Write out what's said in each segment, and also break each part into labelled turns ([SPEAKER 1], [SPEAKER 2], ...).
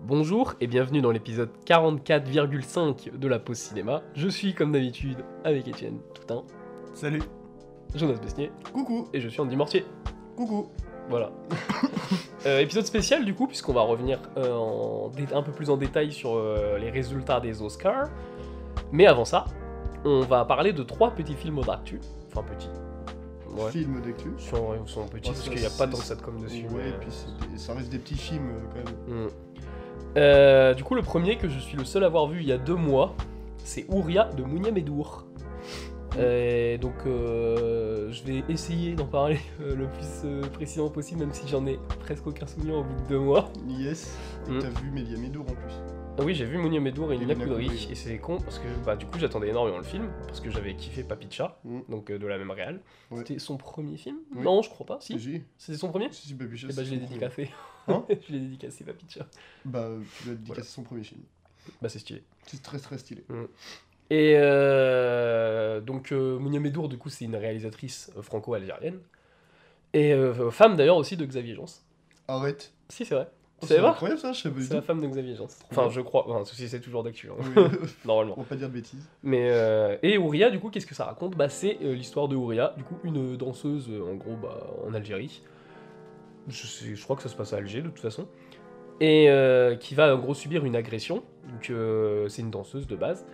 [SPEAKER 1] Bonjour et bienvenue dans l'épisode 44,5 de la pause cinéma. Je suis comme d'habitude avec Étienne Toutin,
[SPEAKER 2] Salut.
[SPEAKER 1] Jonas Besnier
[SPEAKER 2] Coucou.
[SPEAKER 1] et je suis Andy Mortier.
[SPEAKER 2] Coucou.
[SPEAKER 1] Voilà. Euh, épisode spécial du coup, puisqu'on va revenir euh, en dé- un peu plus en détail sur euh, les résultats des Oscars. Mais avant ça, on va parler de trois petits films d'actu. Enfin, petits. Ouais.
[SPEAKER 2] Film d'actu.
[SPEAKER 1] Ils sont, ils sont petits
[SPEAKER 2] Ouais,
[SPEAKER 1] parce
[SPEAKER 2] ça,
[SPEAKER 1] qu'il n'y a
[SPEAKER 2] c'est-
[SPEAKER 1] pas tant que ça de com dessus.
[SPEAKER 2] Ouais,
[SPEAKER 1] mais-
[SPEAKER 2] et puis c'est des- ça reste des petits films euh, quand même.
[SPEAKER 1] Hmm. Euh, du coup, le premier que je suis le seul à avoir vu il y a deux mois, c'est Ouria de Mounia Medour. Euh, donc, euh, je vais essayer d'en parler euh, le plus euh, précisément possible, même si j'en ai presque aucun souvenir au bout de deux mois.
[SPEAKER 2] Yes. Et
[SPEAKER 1] Mm.
[SPEAKER 2] t'as vu Mélia Medour en plus.
[SPEAKER 1] Ah oui, j'ai vu Mounia Medour et
[SPEAKER 2] Et
[SPEAKER 1] Nina
[SPEAKER 2] Nina
[SPEAKER 1] Kudry,
[SPEAKER 2] Kudry.
[SPEAKER 1] et c'est con parce que bah, du coup, j'attendais énormément le film parce que j'avais kiffé Papicha,
[SPEAKER 2] Mm.
[SPEAKER 1] donc euh, de la même réal.
[SPEAKER 2] Ouais.
[SPEAKER 1] C'était son premier film
[SPEAKER 2] Oui.
[SPEAKER 1] Non, je crois pas, si.
[SPEAKER 2] Si.
[SPEAKER 1] C'était son premier
[SPEAKER 2] Si, si, Baby Chess,
[SPEAKER 1] Eh bah,
[SPEAKER 2] c'est
[SPEAKER 1] je l'ai
[SPEAKER 2] son
[SPEAKER 1] dédicacé.
[SPEAKER 2] Hein
[SPEAKER 1] je l'ai dédicacé, Papicha.
[SPEAKER 2] premier. Bah, euh, tu l'as dédicacé son premier film.
[SPEAKER 1] Bah, c'est stylé.
[SPEAKER 2] C'est très très stylé.
[SPEAKER 1] Et euh, donc euh, Mounia Medour, du coup, c'est une réalisatrice euh, franco-algérienne. Et euh, femme d'ailleurs aussi de Xavier Jans.
[SPEAKER 2] Arrête.
[SPEAKER 1] Si, c'est vrai.
[SPEAKER 2] Oh,
[SPEAKER 1] Tu savais pas
[SPEAKER 2] incroyable ça, je savais
[SPEAKER 1] C'est la
[SPEAKER 2] pas du tout.
[SPEAKER 1] femme de Xavier Jans.
[SPEAKER 2] bien.
[SPEAKER 1] Enfin, je crois. Enfin, ceci, c'est toujours d'actu, hein,
[SPEAKER 2] Oui,
[SPEAKER 1] normalement.
[SPEAKER 2] On va pas dire de bêtises.
[SPEAKER 1] Mais euh, et Ouria, du coup, qu'est-ce que ça raconte Bah, c'est euh, l'histoire de Ouria, du coup, une danseuse, euh, en gros, bah, en Algérie. Je, sais- je crois que ça se passe à Alger, de toute façon. Et euh, qui va, en gros, subir une agression. Donc, euh, c'est une danseuse de base.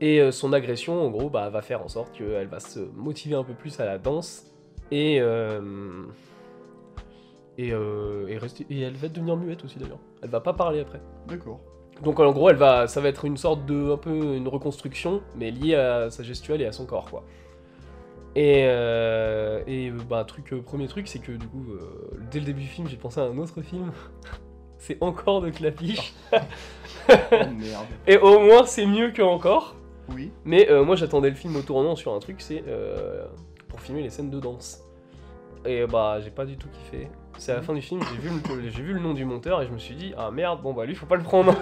[SPEAKER 1] Et euh, son agression, en gros, bah, va faire en sorte qu'elle va se motiver un peu plus à la danse. Et. euh, et, euh, et rester, et elle va devenir muette aussi, d'ailleurs. Elle va pas parler après.
[SPEAKER 2] D'accord.
[SPEAKER 1] Donc en gros, elle va, ça va être une sorte de, un peu une reconstruction, mais liée à sa gestuelle et à son corps, quoi. Et, euh, et euh, bah, truc, euh, premier truc, c'est que du coup, euh, dès le début du film, j'ai pensé à un autre film. c'est encore de Clapiche.
[SPEAKER 2] Oh merde.
[SPEAKER 1] Et au moins, c'est mieux que encore.
[SPEAKER 2] Oui.
[SPEAKER 1] Mais euh, moi, j'attendais le film au tournant sur un truc, c'est euh, pour filmer les scènes de danse. Et bah, j'ai pas du tout kiffé. C'est à la fin du film, j'ai vu, le- j'ai vu le nom du monteur et je me suis dit, ah merde, bon bah lui, faut pas le prendre.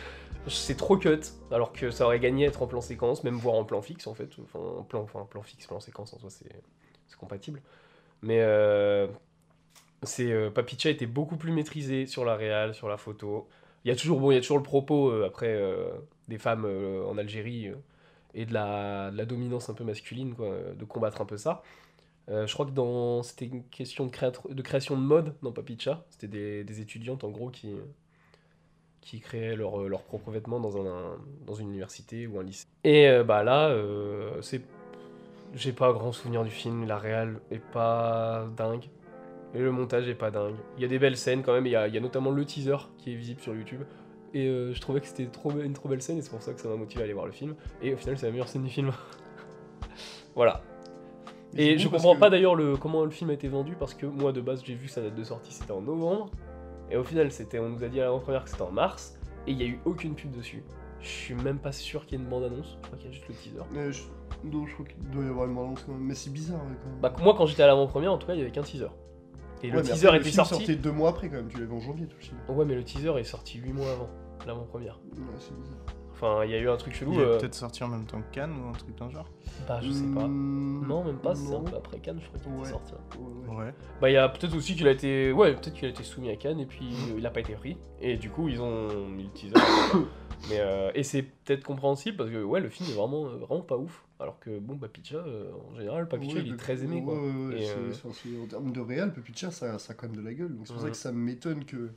[SPEAKER 1] c'est trop cut, alors que ça aurait gagné à être en plan séquence, même voire en plan fixe en fait. Enfin, en plan, enfin, plan fixe, plan séquence en soi, c'est c'est compatible. Mais euh, c'est euh, Papicha était beaucoup plus maîtrisé sur la réal, sur la photo. Il y a toujours bon, il y a toujours le propos euh, après euh, des femmes euh, en Algérie euh, et de la, de la dominance un peu masculine, quoi, euh, de combattre un peu ça. Euh, je crois que dans c'était une question de, créatr- de création de mode dans Papicha, c'était des, des étudiantes en gros qui qui créaient leur- euh, leurs propres vêtements dans un, un- dans une université ou un lycée. Et euh, bah là, euh, c'est j'ai pas grand souvenir du film, la réal est pas dingue. Et le montage est pas dingue. Il y a des belles scènes quand même, il y, a- il y a notamment le teaser qui est visible sur YouTube. Et euh, je trouvais que c'était trop, une trop belle scène et c'est pour ça que ça m'a motivé à aller voir le film. Et au final, c'est la meilleure scène du film. voilà. Et
[SPEAKER 2] Mais c'est
[SPEAKER 1] je
[SPEAKER 2] bon parce
[SPEAKER 1] comprends
[SPEAKER 2] que-
[SPEAKER 1] pas d'ailleurs le, comment le film a été vendu parce que moi de base j'ai vu que sa date de sortie c'était en novembre et au final c'était on nous a dit à l'avant-première que c'était en mars et il y a eu aucune pub dessus. Je suis même pas sûr qu'il y ait une bande-annonce, je crois qu'il y a juste le teaser.
[SPEAKER 2] Euh, je- Non, je crois qu'il doit y avoir une balance quand même. Mais c'est bizarre ouais, quand même.
[SPEAKER 1] Bah moi quand j'étais à l'avant-première en tout cas il y avait qu'un teaser. Et
[SPEAKER 2] Ouais,
[SPEAKER 1] le
[SPEAKER 2] mais
[SPEAKER 1] teaser
[SPEAKER 2] après,
[SPEAKER 1] était
[SPEAKER 2] film
[SPEAKER 1] sorti.
[SPEAKER 2] sortait deux mois après quand même. Tu l'as vu en janvier tout le film.
[SPEAKER 1] Ouais mais le teaser est sorti 8 mois avant l'avant-première.
[SPEAKER 2] Ouais, c'est bizarre.
[SPEAKER 1] Enfin il y a eu un truc chelou.
[SPEAKER 3] Il est
[SPEAKER 1] euh,
[SPEAKER 3] peut-être sorti en même temps que Cannes ou un truc d'un genre
[SPEAKER 1] Bah je sais pas.
[SPEAKER 2] Hmm,
[SPEAKER 1] Non même pas, c'est un
[SPEAKER 2] non.
[SPEAKER 1] peu après Cannes je crois qu'il était
[SPEAKER 2] Ouais.
[SPEAKER 1] sorti.
[SPEAKER 2] Ouais, ouais.
[SPEAKER 3] Ouais.
[SPEAKER 1] Bah il y a peut-être aussi qu'il a été ouais peut-être qu'il a été soumis à Cannes et puis
[SPEAKER 2] Mm.
[SPEAKER 1] euh, il a pas été pris et du coup ils ont mis le teaser mais euh, et c'est peut-être compréhensible parce que ouais le film est vraiment euh, vraiment pas ouf alors que bon Papicha euh, en général Papicha
[SPEAKER 2] Ouais,
[SPEAKER 1] il est
[SPEAKER 2] Papi-
[SPEAKER 1] très aimé quoi
[SPEAKER 2] ouais, ouais, ouais,
[SPEAKER 1] Et,
[SPEAKER 2] c'est-
[SPEAKER 1] euh,
[SPEAKER 2] c'est- c'est- en termes de réel, Pupitcha, ça, ça a quand même de la gueule. Donc c'est pour
[SPEAKER 1] Ouais.
[SPEAKER 2] ça que ça m'étonne que,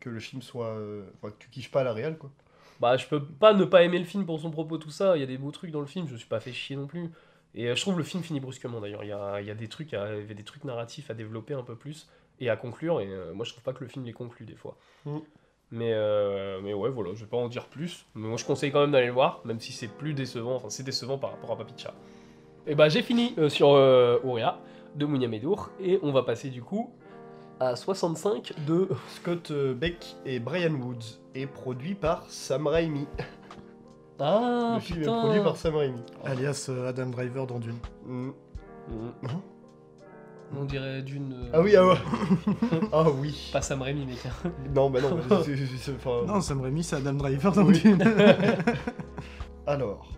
[SPEAKER 2] que le film soit. euh, Enfin, que tu kiffes pas la réelle, quoi.
[SPEAKER 1] bah je peux pas ne pas aimer le film pour son propos tout ça il y a des beaux trucs dans le film je me suis pas fait chier non plus et euh, je trouve le film finit brusquement d'ailleurs il y a, il y a des trucs à- il y a des trucs narratifs à développer un peu plus et à conclure et euh, moi je trouve pas que le film les conclut des fois
[SPEAKER 2] Mm.
[SPEAKER 1] mais euh, mais ouais voilà je vais pas en dire plus mais moi je conseille quand même d'aller le voir même si c'est plus décevant enfin c'est décevant par rapport à Papicha et bah j'ai fini euh, sur euh, Ouria de Mounia Medour et on va passer du coup à 65 de
[SPEAKER 2] Scott euh, Beck et Brian Woods est produit par Sam Raimi.
[SPEAKER 1] ah
[SPEAKER 2] le film est produit par Sam Raimi.
[SPEAKER 1] Oh.
[SPEAKER 3] Alias euh, Adam Driver dans Dune.
[SPEAKER 1] Mm.
[SPEAKER 2] Hmm.
[SPEAKER 1] Mhm. On dirait d'une. euh,
[SPEAKER 2] Hein Ah oui, ah ouais. ah oui.
[SPEAKER 1] Pas Sam Raimi, mec.
[SPEAKER 2] Non, bah non. bah, c'est- c'est- c'est-
[SPEAKER 1] Oh.
[SPEAKER 2] enfin,
[SPEAKER 3] Non, Sam Raimi, c'est Adam Driver dans
[SPEAKER 2] Oui.
[SPEAKER 3] Dune.
[SPEAKER 2] Alors.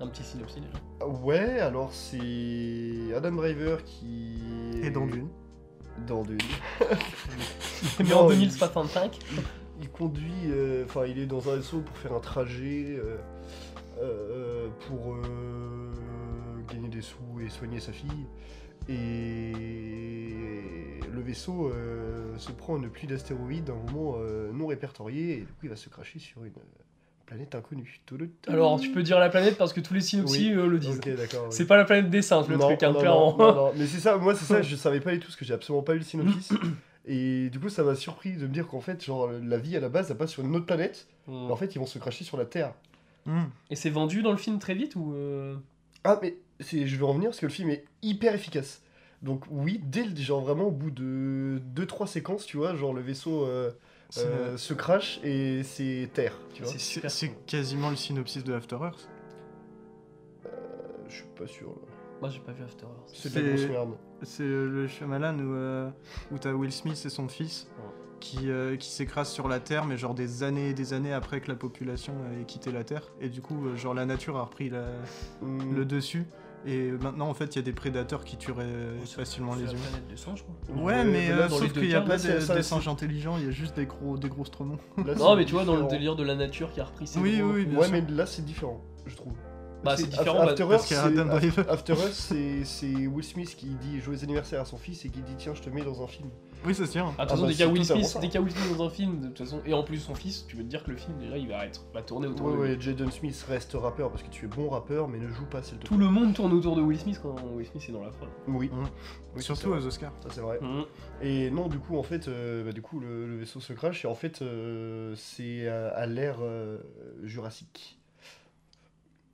[SPEAKER 1] Un petit synopsis déjà.
[SPEAKER 2] Ouais, alors c'est Adam Driver qui.
[SPEAKER 3] Et dans Dune.
[SPEAKER 2] Dans Dune.
[SPEAKER 1] Mais
[SPEAKER 2] Non,
[SPEAKER 1] en
[SPEAKER 2] il-
[SPEAKER 1] 2065.
[SPEAKER 2] il conduit, euh, enfin, il est dans un SO pour faire un trajet, euh, euh, pour euh, gagner des sous et soigner sa fille. Et le vaisseau euh, se prend une pluie d'astéroïdes à un moment euh, non répertorié, et du coup, il va se cracher sur une euh, planète inconnue. Toulout.
[SPEAKER 1] Alors, tu peux dire la planète parce que tous les synopsis euh, Ah, le disent.
[SPEAKER 2] Ok, d'accord. oui.
[SPEAKER 1] C'est pas la planète des singes, le
[SPEAKER 2] Non,
[SPEAKER 1] truc, hein,
[SPEAKER 2] non,
[SPEAKER 1] clairement.
[SPEAKER 2] non, non, non. Mais c'est ça, moi c'est ça, je savais pas du tout, parce que j'ai absolument pas lu le synopsis. Et du coup, ça m'a surpris de me dire qu'en fait, genre, la vie à la base, ça passe sur une autre planète.
[SPEAKER 1] Mm.
[SPEAKER 2] Mais en fait, ils vont se cracher sur la Terre.
[SPEAKER 3] Hmm.
[SPEAKER 1] Et c'est vendu dans le film très vite ou. euh,
[SPEAKER 2] Ah, mais c'est, je veux en venir parce que le film est hyper efficace. Donc, oui, dès le, genre vraiment au bout de 2-3 séquences, tu vois, genre le vaisseau euh,
[SPEAKER 3] C'est-
[SPEAKER 2] euh, se crache et c'est Terre, tu vois.
[SPEAKER 1] C'est
[SPEAKER 3] C'est
[SPEAKER 1] super.
[SPEAKER 3] c'est quasiment le synopsis de After Earth.
[SPEAKER 2] Euh, Je suis pas sûr. là.
[SPEAKER 1] Moi, j'ai pas vu After Earth.
[SPEAKER 2] C'est de la
[SPEAKER 3] C'est-
[SPEAKER 2] grosse merde.
[SPEAKER 3] C'est euh, le Shyamalan où, euh, où t'as Will Smith et son fils qui, euh, qui s'écrasent sur la Terre, mais genre des années et des années après que la population ait quitté la Terre. Et du coup, euh, genre la nature a repris la-
[SPEAKER 2] Mm,
[SPEAKER 1] Hmm.
[SPEAKER 3] le dessus. Et maintenant, en fait, il y a des prédateurs qui tueraient euh,
[SPEAKER 1] Oh, c'est-
[SPEAKER 3] facilement
[SPEAKER 1] c'est
[SPEAKER 3] les
[SPEAKER 1] la
[SPEAKER 3] humains.
[SPEAKER 1] planète des singes, quoi.
[SPEAKER 3] Ouais, mais
[SPEAKER 2] là,
[SPEAKER 3] euh,
[SPEAKER 2] dans les
[SPEAKER 3] sauf
[SPEAKER 2] deux
[SPEAKER 3] qu'il n'y a
[SPEAKER 2] cas,
[SPEAKER 3] pas
[SPEAKER 2] là, c'est-
[SPEAKER 3] de,
[SPEAKER 2] ça,
[SPEAKER 3] des
[SPEAKER 2] c'est-
[SPEAKER 3] singes intelligents, il y a juste des gros, des gros stromons.
[SPEAKER 2] là,
[SPEAKER 1] Non,
[SPEAKER 2] c'est
[SPEAKER 1] mais tu vois, dans le
[SPEAKER 2] différent.
[SPEAKER 1] délire de la nature qui a repris ses
[SPEAKER 3] Oui,
[SPEAKER 1] gros-
[SPEAKER 3] oui, bien
[SPEAKER 2] Ouais,
[SPEAKER 3] sûr.
[SPEAKER 2] mais là, c'est différent, je trouve.
[SPEAKER 1] Bah, c'est différent.
[SPEAKER 2] After,
[SPEAKER 1] bah,
[SPEAKER 2] Earth,
[SPEAKER 3] Parce qu'il y a
[SPEAKER 2] c'est-
[SPEAKER 3] Adam Driver.
[SPEAKER 2] After Us, c'est c'est Will Smith qui dit joyeux anniversaire à son fils et qui dit tiens, je te mets dans un film.
[SPEAKER 3] Oui, ça se tient.
[SPEAKER 1] Ah, de toute façon,
[SPEAKER 2] bah,
[SPEAKER 1] dès qu'il y a
[SPEAKER 2] c'est
[SPEAKER 1] Will
[SPEAKER 2] totalement
[SPEAKER 1] Smith,
[SPEAKER 2] ça.
[SPEAKER 1] dès qu'il y a Will Smith dans un film, de toute façon, et en plus son fils, tu veux te dire que le film, déjà, il va être, va tourner autour
[SPEAKER 2] Ouais,
[SPEAKER 1] de lui.
[SPEAKER 2] ouais, Jaden Smith reste rappeur parce que tu es bon rappeur, mais ne joue pas, s'il te
[SPEAKER 1] Tout le monde tourne autour de Will Smith quand Will Smith est dans la fraude.
[SPEAKER 2] Oui.
[SPEAKER 3] Mm.
[SPEAKER 2] Mmh. Oui,
[SPEAKER 3] Surtout
[SPEAKER 2] c'est vrai.
[SPEAKER 3] aux Oscars.
[SPEAKER 2] Ça, c'est vrai. Et non, du coup, en fait, euh, bah, du coup, le, le vaisseau se crache et en fait, euh, c'est à, à l'ère euh, jurassique.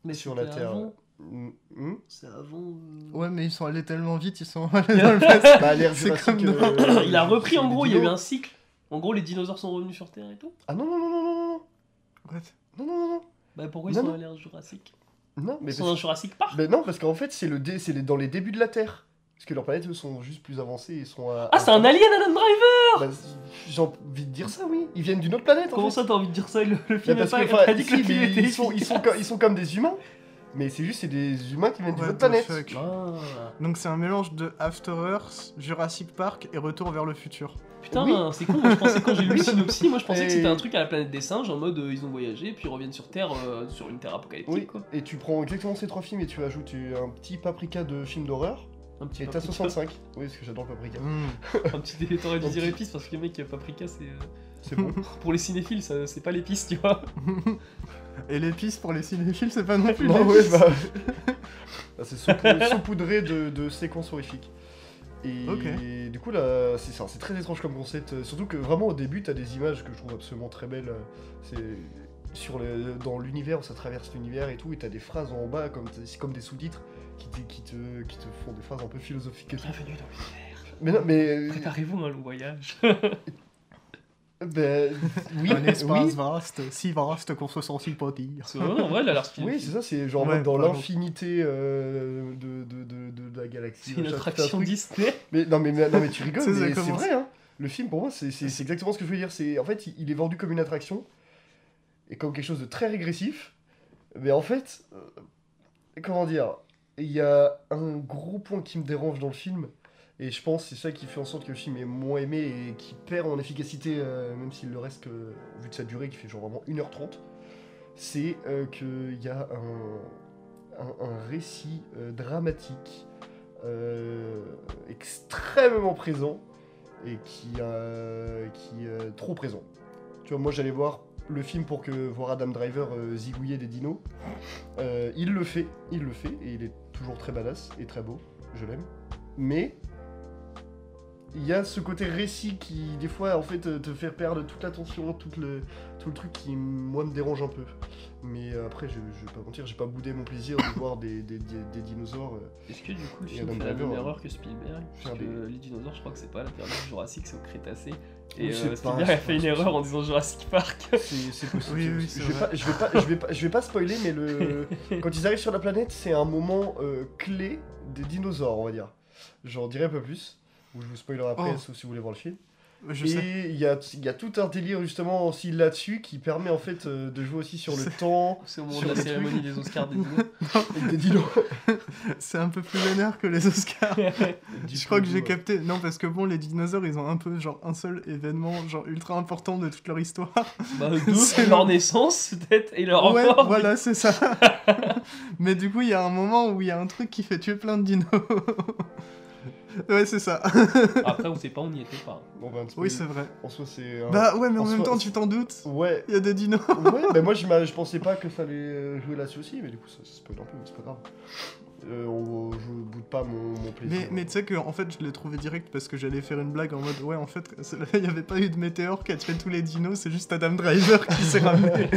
[SPEAKER 1] Mais
[SPEAKER 2] Sur
[SPEAKER 1] c'était
[SPEAKER 2] la Terre,
[SPEAKER 1] avant-
[SPEAKER 2] Mm, mm.
[SPEAKER 1] C'est avant. euh,
[SPEAKER 3] Ouais, mais ils sont allés tellement vite, ils sont allés dans le passé.
[SPEAKER 2] Bah, à l'ère
[SPEAKER 3] C'est
[SPEAKER 2] jurassique.
[SPEAKER 3] comme dans-
[SPEAKER 2] euh,
[SPEAKER 1] Il a repris en
[SPEAKER 2] les
[SPEAKER 1] gros, il y a eu
[SPEAKER 2] dinos.
[SPEAKER 1] un cycle. En gros, les dinosaures sont revenus sur Terre et tout.
[SPEAKER 2] Ah non, non, non, non, non, non,
[SPEAKER 3] What
[SPEAKER 2] non, non, non, non.
[SPEAKER 1] Bah pourquoi ils
[SPEAKER 2] Non,
[SPEAKER 1] sont
[SPEAKER 2] non.
[SPEAKER 1] allés en Jurassic
[SPEAKER 2] Non, mais
[SPEAKER 1] Ils sont
[SPEAKER 2] parce-
[SPEAKER 1] dans Jurassic Park
[SPEAKER 2] Ben non, parce qu'en fait, c'est le dé, c'est les- dans les débuts de la Terre. Parce que leurs planètes, eux, sont juste plus avancées. Ils sont à.
[SPEAKER 1] Ah, c'est un alien Adam Driver
[SPEAKER 2] Ben, J'ai envie de dire ça, oui. Ils viennent d'une autre planète, en
[SPEAKER 1] Comment
[SPEAKER 2] fait.
[SPEAKER 1] ça t'as envie de dire ça Le, le
[SPEAKER 2] Ben,
[SPEAKER 1] film n'a pas,
[SPEAKER 2] que,
[SPEAKER 1] a
[SPEAKER 2] enfin,
[SPEAKER 1] pas dit que le
[SPEAKER 2] si,
[SPEAKER 1] film
[SPEAKER 2] mais
[SPEAKER 1] était.
[SPEAKER 2] ils, sont, ils, sont,
[SPEAKER 1] efficace.
[SPEAKER 2] co- ils sont comme des humains. Mais c'est juste, c'est des humains qui viennent d'une
[SPEAKER 3] What
[SPEAKER 2] autre
[SPEAKER 3] the
[SPEAKER 2] planète.
[SPEAKER 3] fuck
[SPEAKER 1] Ah.
[SPEAKER 3] Donc c'est un mélange de After Earth, Jurassic Park et Retour vers le futur.
[SPEAKER 1] Putain, hein,
[SPEAKER 2] Oui.
[SPEAKER 1] c'est con, moi je pensais quand j'ai lu le synopsis, moi je pensais
[SPEAKER 2] Et-
[SPEAKER 1] que c'était un truc à la planète des singes en mode euh, ils ont voyagé puis ils reviennent sur Terre euh, sur une Terre apocalyptique
[SPEAKER 2] Oui,
[SPEAKER 1] quoi.
[SPEAKER 2] et tu prends exactement ces trois films et tu ajoutes un petit paprika de film d'horreur.
[SPEAKER 1] Un petit
[SPEAKER 2] Et t'as
[SPEAKER 1] paprika,
[SPEAKER 2] 65. Oui, parce que j'adore le paprika.
[SPEAKER 3] Hmm.
[SPEAKER 1] un petit t'aurais dû
[SPEAKER 2] Un
[SPEAKER 1] dire
[SPEAKER 2] petit-
[SPEAKER 1] épice parce que les mecs paprika c'est euh,
[SPEAKER 2] C'est bon.
[SPEAKER 1] pour les cinéphiles ça c'est pas l'épice tu vois.
[SPEAKER 3] et l'épice pour les cinéphiles, c'est pas non plus
[SPEAKER 2] Non, ouais,
[SPEAKER 3] l'épice.
[SPEAKER 2] bah. bah, c'est saupou- saupoudré de, de séquences horrifiques. Et
[SPEAKER 3] Ok.
[SPEAKER 2] du coup, là, c'est ça, c'est très étrange comme concept. euh, Surtout que vraiment, au début, t'as des images que je trouve absolument très belles. euh, C'est sur le, dans l'univers, où ça traverse l'univers et tout, et t'as des phrases en bas, comme, c'est comme des sous-titres, qui, te- qui, te, qui te font des phrases un peu philosophiques. et tout.
[SPEAKER 1] Bienvenue dans l'univers.
[SPEAKER 2] Mais non, mais.
[SPEAKER 1] Préparez-vous à un long voyage.
[SPEAKER 2] ben, oui,
[SPEAKER 3] Un espace
[SPEAKER 2] oui,
[SPEAKER 3] vaste, si vaste qu'on se sent si petit.
[SPEAKER 1] Parce que, ouais, en vrai elle a l'air stylée.
[SPEAKER 2] oui, c'est ça, c'est genre
[SPEAKER 3] Ouais,
[SPEAKER 2] dans
[SPEAKER 3] pardon.
[SPEAKER 2] l'infinité euh, de, de, de, de la galaxie.
[SPEAKER 1] C'est une
[SPEAKER 2] machin, tout un
[SPEAKER 1] attraction
[SPEAKER 2] truc.
[SPEAKER 1] Disney.
[SPEAKER 2] Mais non, mais, mais- non, mais tu rigoles,
[SPEAKER 3] Ça, ça
[SPEAKER 2] mais c'est
[SPEAKER 3] commence.
[SPEAKER 2] vrai, hein. Le film, pour moi, c'est c'est- c'est exactement ce que je voulais dire. C'est En fait, il- il est vendu comme une attraction et comme quelque chose de très régressif. Mais en fait, euh, comment dire Il y a un gros point qui me dérange dans le film. Et je pense que c'est ça qui fait en sorte que le film est moins aimé et qui perd en efficacité, euh, même s'il le reste que, vu de sa durée qui fait genre vraiment 1h30. C'est euh, qu'il y a un, un- un récit euh, dramatique euh, extrêmement présent et qui, euh, qui euh, trop présent. Tu vois, moi j'allais voir le film pour que voir Adam Driver euh, zigouiller des dinos. Euh, il le fait, il le fait, et il est toujours très badass et très beau, je l'aime. Mais il y a ce côté récit qui, des fois, en fait, te te fait perdre toute l'attention, tout le, tout le truc qui, moi, me dérange un peu. Mais euh, après, je, je vais pas mentir, j'ai pas boudé mon plaisir de voir des, des- des- des dinosaures. euh,
[SPEAKER 1] Est-ce que du coup le
[SPEAKER 2] Et
[SPEAKER 1] film
[SPEAKER 2] Adam
[SPEAKER 1] fait la
[SPEAKER 2] Driver,
[SPEAKER 1] même
[SPEAKER 2] hein.
[SPEAKER 1] erreur que Spielberg Parce
[SPEAKER 2] Faire
[SPEAKER 1] que
[SPEAKER 2] des-
[SPEAKER 1] les dinosaures je crois que c'est pas la période jurassique, c'est au Crétacé.
[SPEAKER 2] Oui,
[SPEAKER 1] Et
[SPEAKER 2] c'est
[SPEAKER 1] euh,
[SPEAKER 2] pas-
[SPEAKER 1] Spielberg
[SPEAKER 2] c'est
[SPEAKER 1] a
[SPEAKER 2] pas-
[SPEAKER 1] fait une
[SPEAKER 2] c'est-
[SPEAKER 1] erreur en disant Jurassic Park.
[SPEAKER 2] C'est c'est possible.
[SPEAKER 3] Oui,
[SPEAKER 2] c'est
[SPEAKER 3] oui,
[SPEAKER 2] possible.
[SPEAKER 3] c'est
[SPEAKER 2] je, vais
[SPEAKER 3] vrai.
[SPEAKER 2] pas, je, vais pas, je, vais pas, je vais pas spoiler, mais le... quand ils arrivent sur la planète, c'est un moment euh, clé des dinosaures, on va dire. J'en dirai un peu plus, ou je vous spoilerai après,
[SPEAKER 3] Oh.
[SPEAKER 2] sauf si vous voulez voir le film.
[SPEAKER 3] Je sais.
[SPEAKER 2] et il y a, il y a tout un délire justement aussi là-dessus qui permet en fait euh, de jouer aussi sur le
[SPEAKER 3] Je
[SPEAKER 2] temps
[SPEAKER 1] C'est au moment
[SPEAKER 2] Sur
[SPEAKER 1] de la
[SPEAKER 2] les
[SPEAKER 1] cérémonie des Oscars des dinos.
[SPEAKER 2] et des dinos.
[SPEAKER 3] C'est un peu plus vénère que les Oscars. Je crois que j'ai
[SPEAKER 2] euh,
[SPEAKER 3] capté. Non, parce que bon, les dinosaures, ils ont un peu genre un seul événement genre ultra important de toute leur histoire.
[SPEAKER 1] Bah, deux,
[SPEAKER 3] C'est
[SPEAKER 1] c'est leur naissance, peut-être, et
[SPEAKER 2] Oh,
[SPEAKER 1] leur
[SPEAKER 3] ouais,
[SPEAKER 1] mort.
[SPEAKER 3] voilà, c'est ça. Mais du coup, il y a un moment où il y a un truc qui fait tuer plein de dinos. ouais, c'est ça.
[SPEAKER 1] Après, on sait pas, on n'y était pas.
[SPEAKER 2] Bon, ben,
[SPEAKER 3] Oui, c'est vrai.
[SPEAKER 2] En soi, c'est. un-
[SPEAKER 3] Bah ouais, mais en
[SPEAKER 2] en
[SPEAKER 3] même
[SPEAKER 2] soi-
[SPEAKER 3] temps, tu t'en doutes.
[SPEAKER 2] Ouais,
[SPEAKER 3] Il y a des dinos.
[SPEAKER 2] ouais, mais moi je, m'a- je pensais pas que fallait euh, jouer là-dessus aussi, mais du coup ça, ça spoil un peu, mais c'est pas grave. Euh, on- je boude pas mon, mon plaisir.
[SPEAKER 3] Mais, mais tu sais que en fait, je l'ai trouvé direct parce que j'allais faire une blague en mode ouais, en fait, c'est- il n'y avait pas eu de météore qui a tué tous les dinos, c'est juste Adam Driver qui s'est ramené.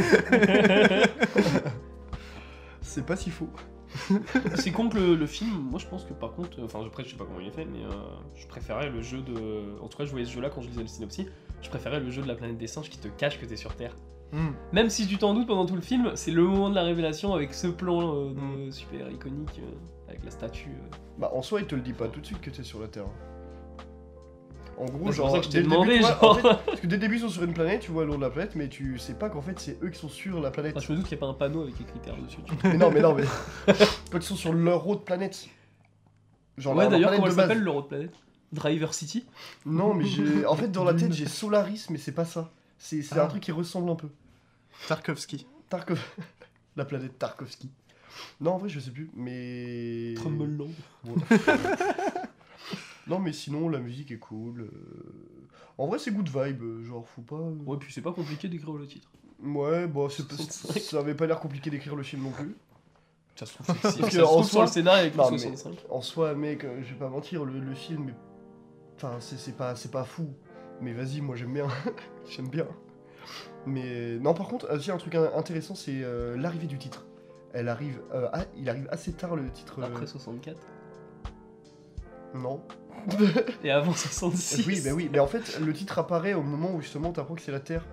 [SPEAKER 2] c'est pas si faux.
[SPEAKER 1] c'est con que le, le film, moi je pense que par contre, euh, enfin après je sais pas comment il est fait, mais euh, je préférais le jeu de. En tout cas, je voyais ce jeu-là quand je lisais le synopsis, je préférais le jeu de la planète des singes qui te cache que t'es sur Terre.
[SPEAKER 3] Hmm.
[SPEAKER 1] Même si tu t'en doutes pendant tout le film, c'est le moment de la révélation avec ce plan euh,
[SPEAKER 2] Mm.
[SPEAKER 1] de super iconique euh, avec la statue. euh.
[SPEAKER 2] Bah en soi, il te le dit pas tout de suite que t'es sur la Terre. En gros,
[SPEAKER 1] Ouais, Bah, c'est
[SPEAKER 2] genre.
[SPEAKER 1] pour ça que je
[SPEAKER 2] dès
[SPEAKER 1] t'ai
[SPEAKER 2] le début,
[SPEAKER 1] demandé,
[SPEAKER 2] tu vois,
[SPEAKER 1] genre.
[SPEAKER 2] en fait, parce que dès le début, ils sont sur une planète, tu vois le nom de la planète, mais tu sais pas qu'en fait, c'est eux qui sont sur la planète.
[SPEAKER 1] Enfin, je me doute qu'il n'y a pas un panneau avec les critères dessus. tu vois.
[SPEAKER 2] mais non, mais non, mais. Quand ils sont sur leur autre planète. Genre
[SPEAKER 1] ouais,
[SPEAKER 2] leur- leur
[SPEAKER 1] d'ailleurs,
[SPEAKER 2] planète
[SPEAKER 1] comment elle
[SPEAKER 2] de base.
[SPEAKER 1] s'appelle l'Euro de planète Driver City
[SPEAKER 2] Non, mais j'ai. En fait, dans la
[SPEAKER 3] Dune.
[SPEAKER 2] tête, j'ai Solaris, mais c'est pas ça. C'est c'est
[SPEAKER 3] Ah.
[SPEAKER 2] un truc qui ressemble un peu.
[SPEAKER 3] Tarkovsky.
[SPEAKER 2] Tarkov. la planète Tarkovsky. Non, en vrai, je sais plus, mais.
[SPEAKER 1] Trumbullland.
[SPEAKER 2] Non, mais sinon, la musique est cool. euh, En vrai, c'est good vibe, euh, genre, faut pas. euh,
[SPEAKER 1] Ouais, puis c'est pas compliqué d'écrire le titre.
[SPEAKER 2] Ouais, bah, c'est pas-
[SPEAKER 1] 65.
[SPEAKER 2] ça avait pas l'air compliqué d'écrire le film non plus.
[SPEAKER 1] Ça se trouve, c'est- c'est- ça
[SPEAKER 2] Parce
[SPEAKER 1] se
[SPEAKER 2] que en
[SPEAKER 1] trouve sur
[SPEAKER 2] soi-
[SPEAKER 1] le scénario avec le
[SPEAKER 2] Non, mais-
[SPEAKER 1] 65.
[SPEAKER 2] En soi, mec, euh, je vais pas mentir, le, le film est. Enfin, c'est c'est pas, c'est pas fou. Mais vas-y, moi j'aime bien. j'aime bien. Mais non, par contre, aussi un truc in- intéressant, c'est euh, l'arrivée du titre. Elle arrive, euh, ah, il arrive assez tard le titre. euh,
[SPEAKER 1] Après 64.
[SPEAKER 2] Non.
[SPEAKER 1] Et avant 66.
[SPEAKER 2] oui, bah oui, mais en fait, le titre apparaît au moment où justement t'apprends que c'est la Terre.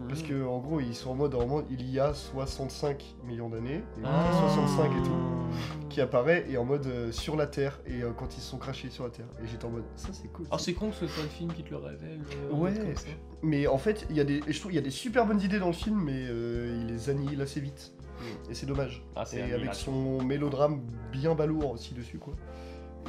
[SPEAKER 1] Mhm.
[SPEAKER 2] Parce que en gros, ils sont en mode, en mode, il y a 65 millions d'années, et
[SPEAKER 1] Ah.
[SPEAKER 2] 65 et tout, qui apparaît et en mode euh, sur la Terre, et euh, quand ils se sont crachés sur la Terre. Et j'étais en mode, ça c'est cool.
[SPEAKER 1] Ah, c'est con que ce soit le film qui te le révèle. euh,
[SPEAKER 2] Ouais.
[SPEAKER 1] comme ça.
[SPEAKER 2] Mais en fait, il y a des, et je trouve, il y a des super bonnes idées dans le film, mais euh, il les annihile assez vite. Et c'est dommage.
[SPEAKER 1] Ah, c'est
[SPEAKER 2] Et
[SPEAKER 1] un
[SPEAKER 2] avec
[SPEAKER 1] miracle.
[SPEAKER 2] son mélodrame bien balourd aussi dessus, quoi.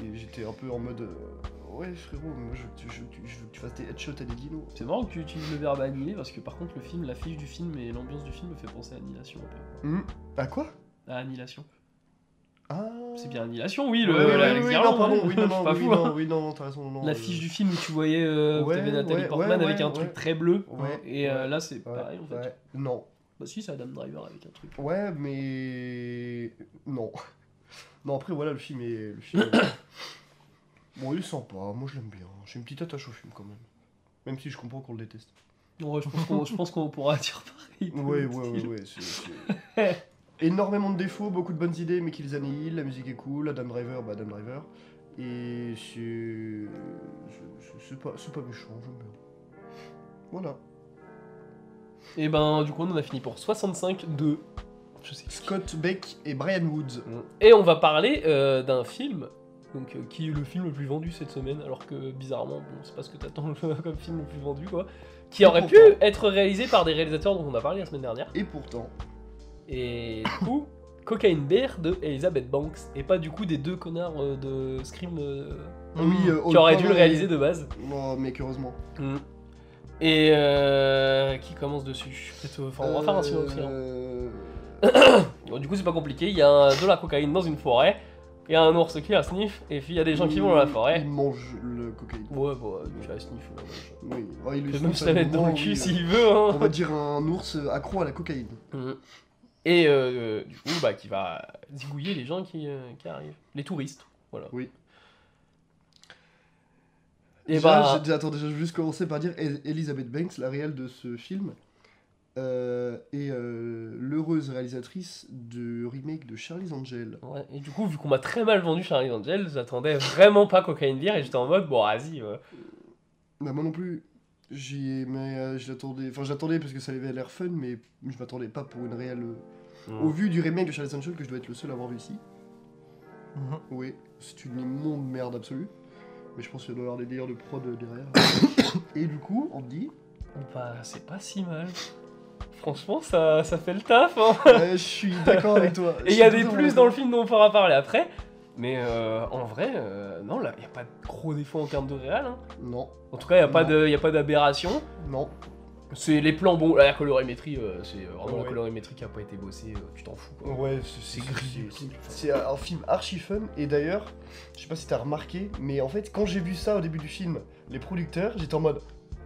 [SPEAKER 2] Et j'étais un peu en mode, euh, ouais frérot, moi, je, veux que tu- je veux que tu- je veux que tu fasses des headshots à des dinos.
[SPEAKER 1] C'est marrant que tu utilises le verbe annihiler parce que par contre, le film, l'affiche du film et l'ambiance du film me fait penser à Annihilation un peu.
[SPEAKER 2] Hmm. À quoi
[SPEAKER 1] À Annihilation.
[SPEAKER 2] Ah.
[SPEAKER 1] C'est bien Annihilation, oui, le.
[SPEAKER 2] Oui, oui, oui,
[SPEAKER 1] la-
[SPEAKER 2] oui,
[SPEAKER 1] l'ex-garant,
[SPEAKER 2] non, pardon,
[SPEAKER 1] hein.
[SPEAKER 2] oui, non,
[SPEAKER 1] Je suis
[SPEAKER 2] non,
[SPEAKER 1] pas
[SPEAKER 2] oui,
[SPEAKER 1] fou, hein.
[SPEAKER 2] non, oui, non, non, t'as raison, non.
[SPEAKER 1] L'affiche
[SPEAKER 2] euh,
[SPEAKER 1] du film où tu voyais. euh,
[SPEAKER 2] Ouais,
[SPEAKER 1] T'avais Nathalie
[SPEAKER 2] ouais,
[SPEAKER 1] Portman
[SPEAKER 2] ouais,
[SPEAKER 1] avec un
[SPEAKER 2] ouais,
[SPEAKER 1] truc
[SPEAKER 2] ouais.
[SPEAKER 1] très bleu.
[SPEAKER 2] Ouais,
[SPEAKER 1] Et euh,
[SPEAKER 2] ouais,
[SPEAKER 1] là, c'est
[SPEAKER 2] ouais,
[SPEAKER 1] pareil en fait.
[SPEAKER 2] ouais. Non.
[SPEAKER 1] Bah, si, c'est Adam Driver avec un truc.
[SPEAKER 2] Ouais, mais non. Non, après voilà, le film est le film. est- bon, il est sympa. Moi, je l'aime bien. hein. J'ai une petite attache au film quand même. Même si je comprends qu'on le déteste.
[SPEAKER 1] Non, ouais, je pense qu'on- je pense qu'on pourra dire pareil. de
[SPEAKER 2] Ouais, ouais,
[SPEAKER 1] notre
[SPEAKER 2] ouais,
[SPEAKER 1] film.
[SPEAKER 2] ouais. c'est- c'est- Énormément de défauts, beaucoup de bonnes idées, mais qu'ils annihilent. La musique est cool. Adam Driver, bah Adam Driver. Et c'est c'est- c'est pas c'est pas méchant, j'aime bien. Voilà.
[SPEAKER 1] Et ben, du coup, on en a fini pour 65 de. Je sais
[SPEAKER 2] Scott Beck et Brian Woods.
[SPEAKER 1] Et on va parler euh, d'un film, donc euh, qui est le film le plus vendu cette semaine, alors que bizarrement, bon, c'est pas ce que t'attends le- comme film le plus vendu, quoi. Qui
[SPEAKER 2] Et
[SPEAKER 1] aurait pu
[SPEAKER 2] pourtant.
[SPEAKER 1] être réalisé par des réalisateurs dont on a parlé la semaine dernière.
[SPEAKER 2] Et pourtant,
[SPEAKER 1] Et du coup, Cocaine Bear de Elizabeth Banks, et pas du coup des deux connards euh, de Scream euh,
[SPEAKER 2] oui, euh,
[SPEAKER 1] qui auraient dû le
[SPEAKER 2] pardon,
[SPEAKER 1] réaliser de base.
[SPEAKER 2] Non, mais heureusement.
[SPEAKER 1] Et euh, qui commence dessus. Peut-être, euh, enfin, on va faire un synopsis. hein.
[SPEAKER 2] euh,
[SPEAKER 1] Bon, du coup, c'est pas compliqué. Il y a un- de la cocaïne dans une forêt. Il y a un ours qui la sniff. Et puis, il y a des gens
[SPEAKER 2] Mm.
[SPEAKER 1] qui vont dans la forêt.
[SPEAKER 2] Ils mangent le cocaïne.
[SPEAKER 1] Ouais, bah, tu la sniff. ouais, ouais.
[SPEAKER 2] Oui, bah, il
[SPEAKER 1] Il
[SPEAKER 2] lui
[SPEAKER 1] peut
[SPEAKER 2] fout
[SPEAKER 1] même se
[SPEAKER 2] ça
[SPEAKER 1] la
[SPEAKER 2] dans
[SPEAKER 1] mettre dans
[SPEAKER 2] moment
[SPEAKER 1] le
[SPEAKER 2] où
[SPEAKER 1] cul
[SPEAKER 2] il-
[SPEAKER 1] s'il veut. hein.
[SPEAKER 2] On va dire un ours accro à la cocaïne.
[SPEAKER 1] Mhm. Et euh, du coup, bah, qui va zigouiller les gens qui, euh, qui arrivent. Les touristes. Voilà.
[SPEAKER 2] Oui.
[SPEAKER 1] Et
[SPEAKER 2] déjà,
[SPEAKER 1] bah.
[SPEAKER 2] j'ai- déjà, attends, déjà, je vais juste commencer par dire El- Elizabeth Banks, la réelle de ce film, euh, est euh, l'heureuse réalisatrice du remake de Charlie's Angel.
[SPEAKER 1] ouais, et du coup, vu qu'on m'a très mal vendu Charlie Angel, j'attendais vraiment pas Cocaine Beer et j'étais en mode, bon, vas-y. ouais.
[SPEAKER 2] Bah, moi non plus. J'y ai- mais euh, je l'attendais, enfin j'attendais parce que ça avait l'air fun, mais je m'attendais pas pour une réelle. euh,
[SPEAKER 1] Mm.
[SPEAKER 2] Au vu du remake de Charlie's Angel, que je dois être le seul à avoir vu ici,
[SPEAKER 3] Mhm.
[SPEAKER 2] Oui, c'est une immonde merde absolue. Mais je pense qu'il doit y avoir des délires de prod derrière. et du coup, on me dit.
[SPEAKER 1] Bah, c'est pas si mal. Franchement, ça, ça fait le taf. hein.
[SPEAKER 2] Ouais, bah, je suis d'accord avec toi.
[SPEAKER 1] Et il y a des plus dans le film dont on pourra parler après. Mais euh, en vrai, euh, non, là, il n'y a pas de gros défaut en termes de réel. hein.
[SPEAKER 2] film. Non,
[SPEAKER 1] En tout cas, il n'y a pas
[SPEAKER 2] Non.
[SPEAKER 1] de- y a pas d'aberration.
[SPEAKER 2] non.
[SPEAKER 1] C'est les plans, bon, la colorimétrie, euh, c'est euh, vraiment la
[SPEAKER 2] Ouais.
[SPEAKER 1] colorimétrie qui a pas été bossée, euh, tu t'en fous quoi.
[SPEAKER 2] Ouais,
[SPEAKER 1] c'est gris.
[SPEAKER 2] C'est un film archi fun. Et d'ailleurs, je sais pas si t'as remarqué, mais en fait, quand j'ai vu ça au début du film, les producteurs, j'étais en mode.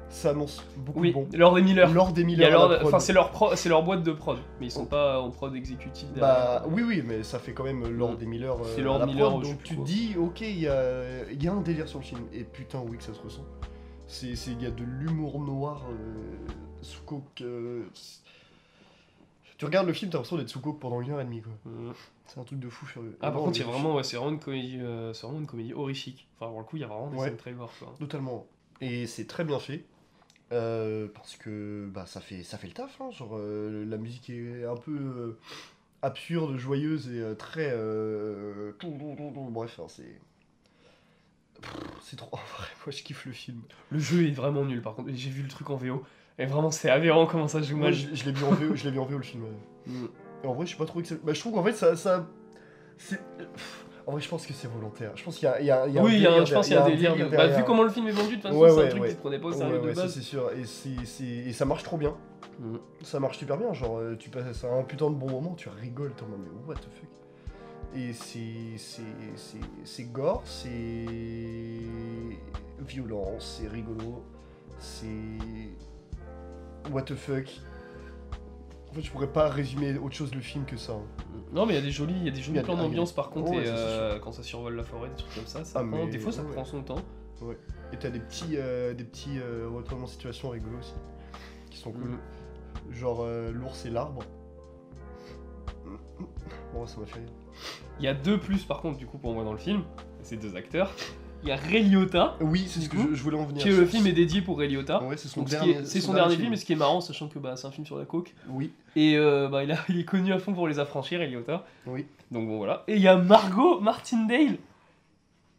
[SPEAKER 2] Ça annonce beaucoup
[SPEAKER 1] Oui,
[SPEAKER 2] de bon.
[SPEAKER 1] Lord et Miller.
[SPEAKER 2] Lord des
[SPEAKER 1] Il y a
[SPEAKER 2] Miller. à
[SPEAKER 1] leur-
[SPEAKER 2] la prod.
[SPEAKER 1] enfin, c'est leur, pro- c'est leur boîte de prod, mais ils sont pas en prod exécutive derrière.
[SPEAKER 2] Bah oui, oui, mais ça fait quand même Lord
[SPEAKER 1] Mm.
[SPEAKER 2] des Miller. euh,
[SPEAKER 1] C'est Lord
[SPEAKER 2] à la
[SPEAKER 1] Miller,
[SPEAKER 2] prod,
[SPEAKER 1] je sais
[SPEAKER 2] donc
[SPEAKER 1] plus
[SPEAKER 2] tu te
[SPEAKER 1] quoi.
[SPEAKER 2] dis, ok, il y a, il y a un délire sur le film. Et putain, oui, que ça se ressent. C'est, c'est- il y a de l'humour noir euh, sous coke. euh, c'est- tu regardes le film, t'as l'impression d'être sous coke pendant une heure et demie, quoi.
[SPEAKER 1] Mm.
[SPEAKER 2] C'est un truc de fou furieux.
[SPEAKER 1] Ah, par
[SPEAKER 2] Non,
[SPEAKER 1] contre,
[SPEAKER 2] mais
[SPEAKER 1] c'est vraiment, ouais, c'est vraiment une comédie, euh, c'est vraiment une comédie horrifique. Enfin, pour le coup, il y a vraiment des
[SPEAKER 2] Ouais.
[SPEAKER 1] scènes très gore. Quoi.
[SPEAKER 2] Totalement. Et c'est très bien fait. euh, parce que bah, ça, fait, ça fait le taf. hein, genre, euh, la musique est un peu euh, absurde, joyeuse et euh, très. euh, tout, tout, tout, tout. Bref, hein, c'est. Pff, C'est trop. en vrai, moi je kiffe le film.
[SPEAKER 1] Le jeu est vraiment nul, par contre. J'ai vu le truc en VO et vraiment, c'est aberrant comment ça joue
[SPEAKER 2] Moi
[SPEAKER 1] mal.
[SPEAKER 2] je, je l'ai vu en VO, je l'ai vu en VO, le film. ouais.
[SPEAKER 1] Mm.
[SPEAKER 2] Et en vrai, je suis pas trop. excell- Bah, je trouve qu'en fait ça. ça c'est- Pff, En vrai, je pense que c'est volontaire. Je pense qu'il y a, il y a- il y a un
[SPEAKER 1] Oui, il y a un-
[SPEAKER 2] délire
[SPEAKER 1] je pense qu'il y
[SPEAKER 2] derrière-
[SPEAKER 1] a un délire. de- Bah, vu
[SPEAKER 2] derrière.
[SPEAKER 1] comment le film est vendu, de toute façon,
[SPEAKER 2] Ouais,
[SPEAKER 1] c'est un
[SPEAKER 2] ouais,
[SPEAKER 1] truc
[SPEAKER 2] ouais.
[SPEAKER 1] qui se prenait pas au
[SPEAKER 2] Ouais,
[SPEAKER 1] sérieux
[SPEAKER 2] ouais,
[SPEAKER 1] de
[SPEAKER 2] ça,
[SPEAKER 1] base.
[SPEAKER 2] c'est sûr. Et, c'est- c'est- et ça marche trop bien.
[SPEAKER 1] Mm.
[SPEAKER 2] Ça marche super bien. Genre, euh, tu passes à un putain de bon moment, tu rigoles, t'es en mode, mais what the fuck. Et c'est- c'est- c'est c'est gore, c'est violent, c'est rigolo, c'est. What the fuck. En fait, je pourrais pas résumer autre chose le film que ça. hein.
[SPEAKER 1] Non, mais il y a des jolis, il y a des jolis
[SPEAKER 2] Il y a
[SPEAKER 1] plans
[SPEAKER 2] des- ah, il y a
[SPEAKER 1] d'ambiance
[SPEAKER 2] des-
[SPEAKER 1] par contre,
[SPEAKER 2] Ouais,
[SPEAKER 1] et,
[SPEAKER 2] ça, c'est
[SPEAKER 1] euh, quand ça survole la forêt, des trucs comme ça. ça
[SPEAKER 2] Ah,
[SPEAKER 1] prend-
[SPEAKER 2] mais-
[SPEAKER 1] Des fois, ça
[SPEAKER 2] ouais.
[SPEAKER 1] prend son temps.
[SPEAKER 2] Et t'as des petits, euh, des petits euh, retournements de situation rigolos aussi, qui sont cool.
[SPEAKER 1] Mm.
[SPEAKER 2] Genre euh, l'ours et l'arbre. Oh, ça m'a fait rire.
[SPEAKER 1] Il y a deux plus par contre, du coup, pour moi dans le film, ces deux acteurs. Il y a Ray Liotta,
[SPEAKER 2] Oui, c'est ce que
[SPEAKER 1] coup,
[SPEAKER 2] je, je voulais en venir.
[SPEAKER 1] qui est- le film est dédié pour Ray Liotta.
[SPEAKER 2] Ouais, c'est son,
[SPEAKER 1] Donc, ce qui
[SPEAKER 2] dernier,
[SPEAKER 1] est- C'est son, dernier film, et ce qui est marrant, sachant que bah, c'est un film sur la coke.
[SPEAKER 2] Oui,
[SPEAKER 1] Et euh, bah, il, a- il est connu à fond pour les affranchir, Ray Liotta.
[SPEAKER 2] oui.
[SPEAKER 1] Donc bon, voilà. Et il y a Margot Martindale,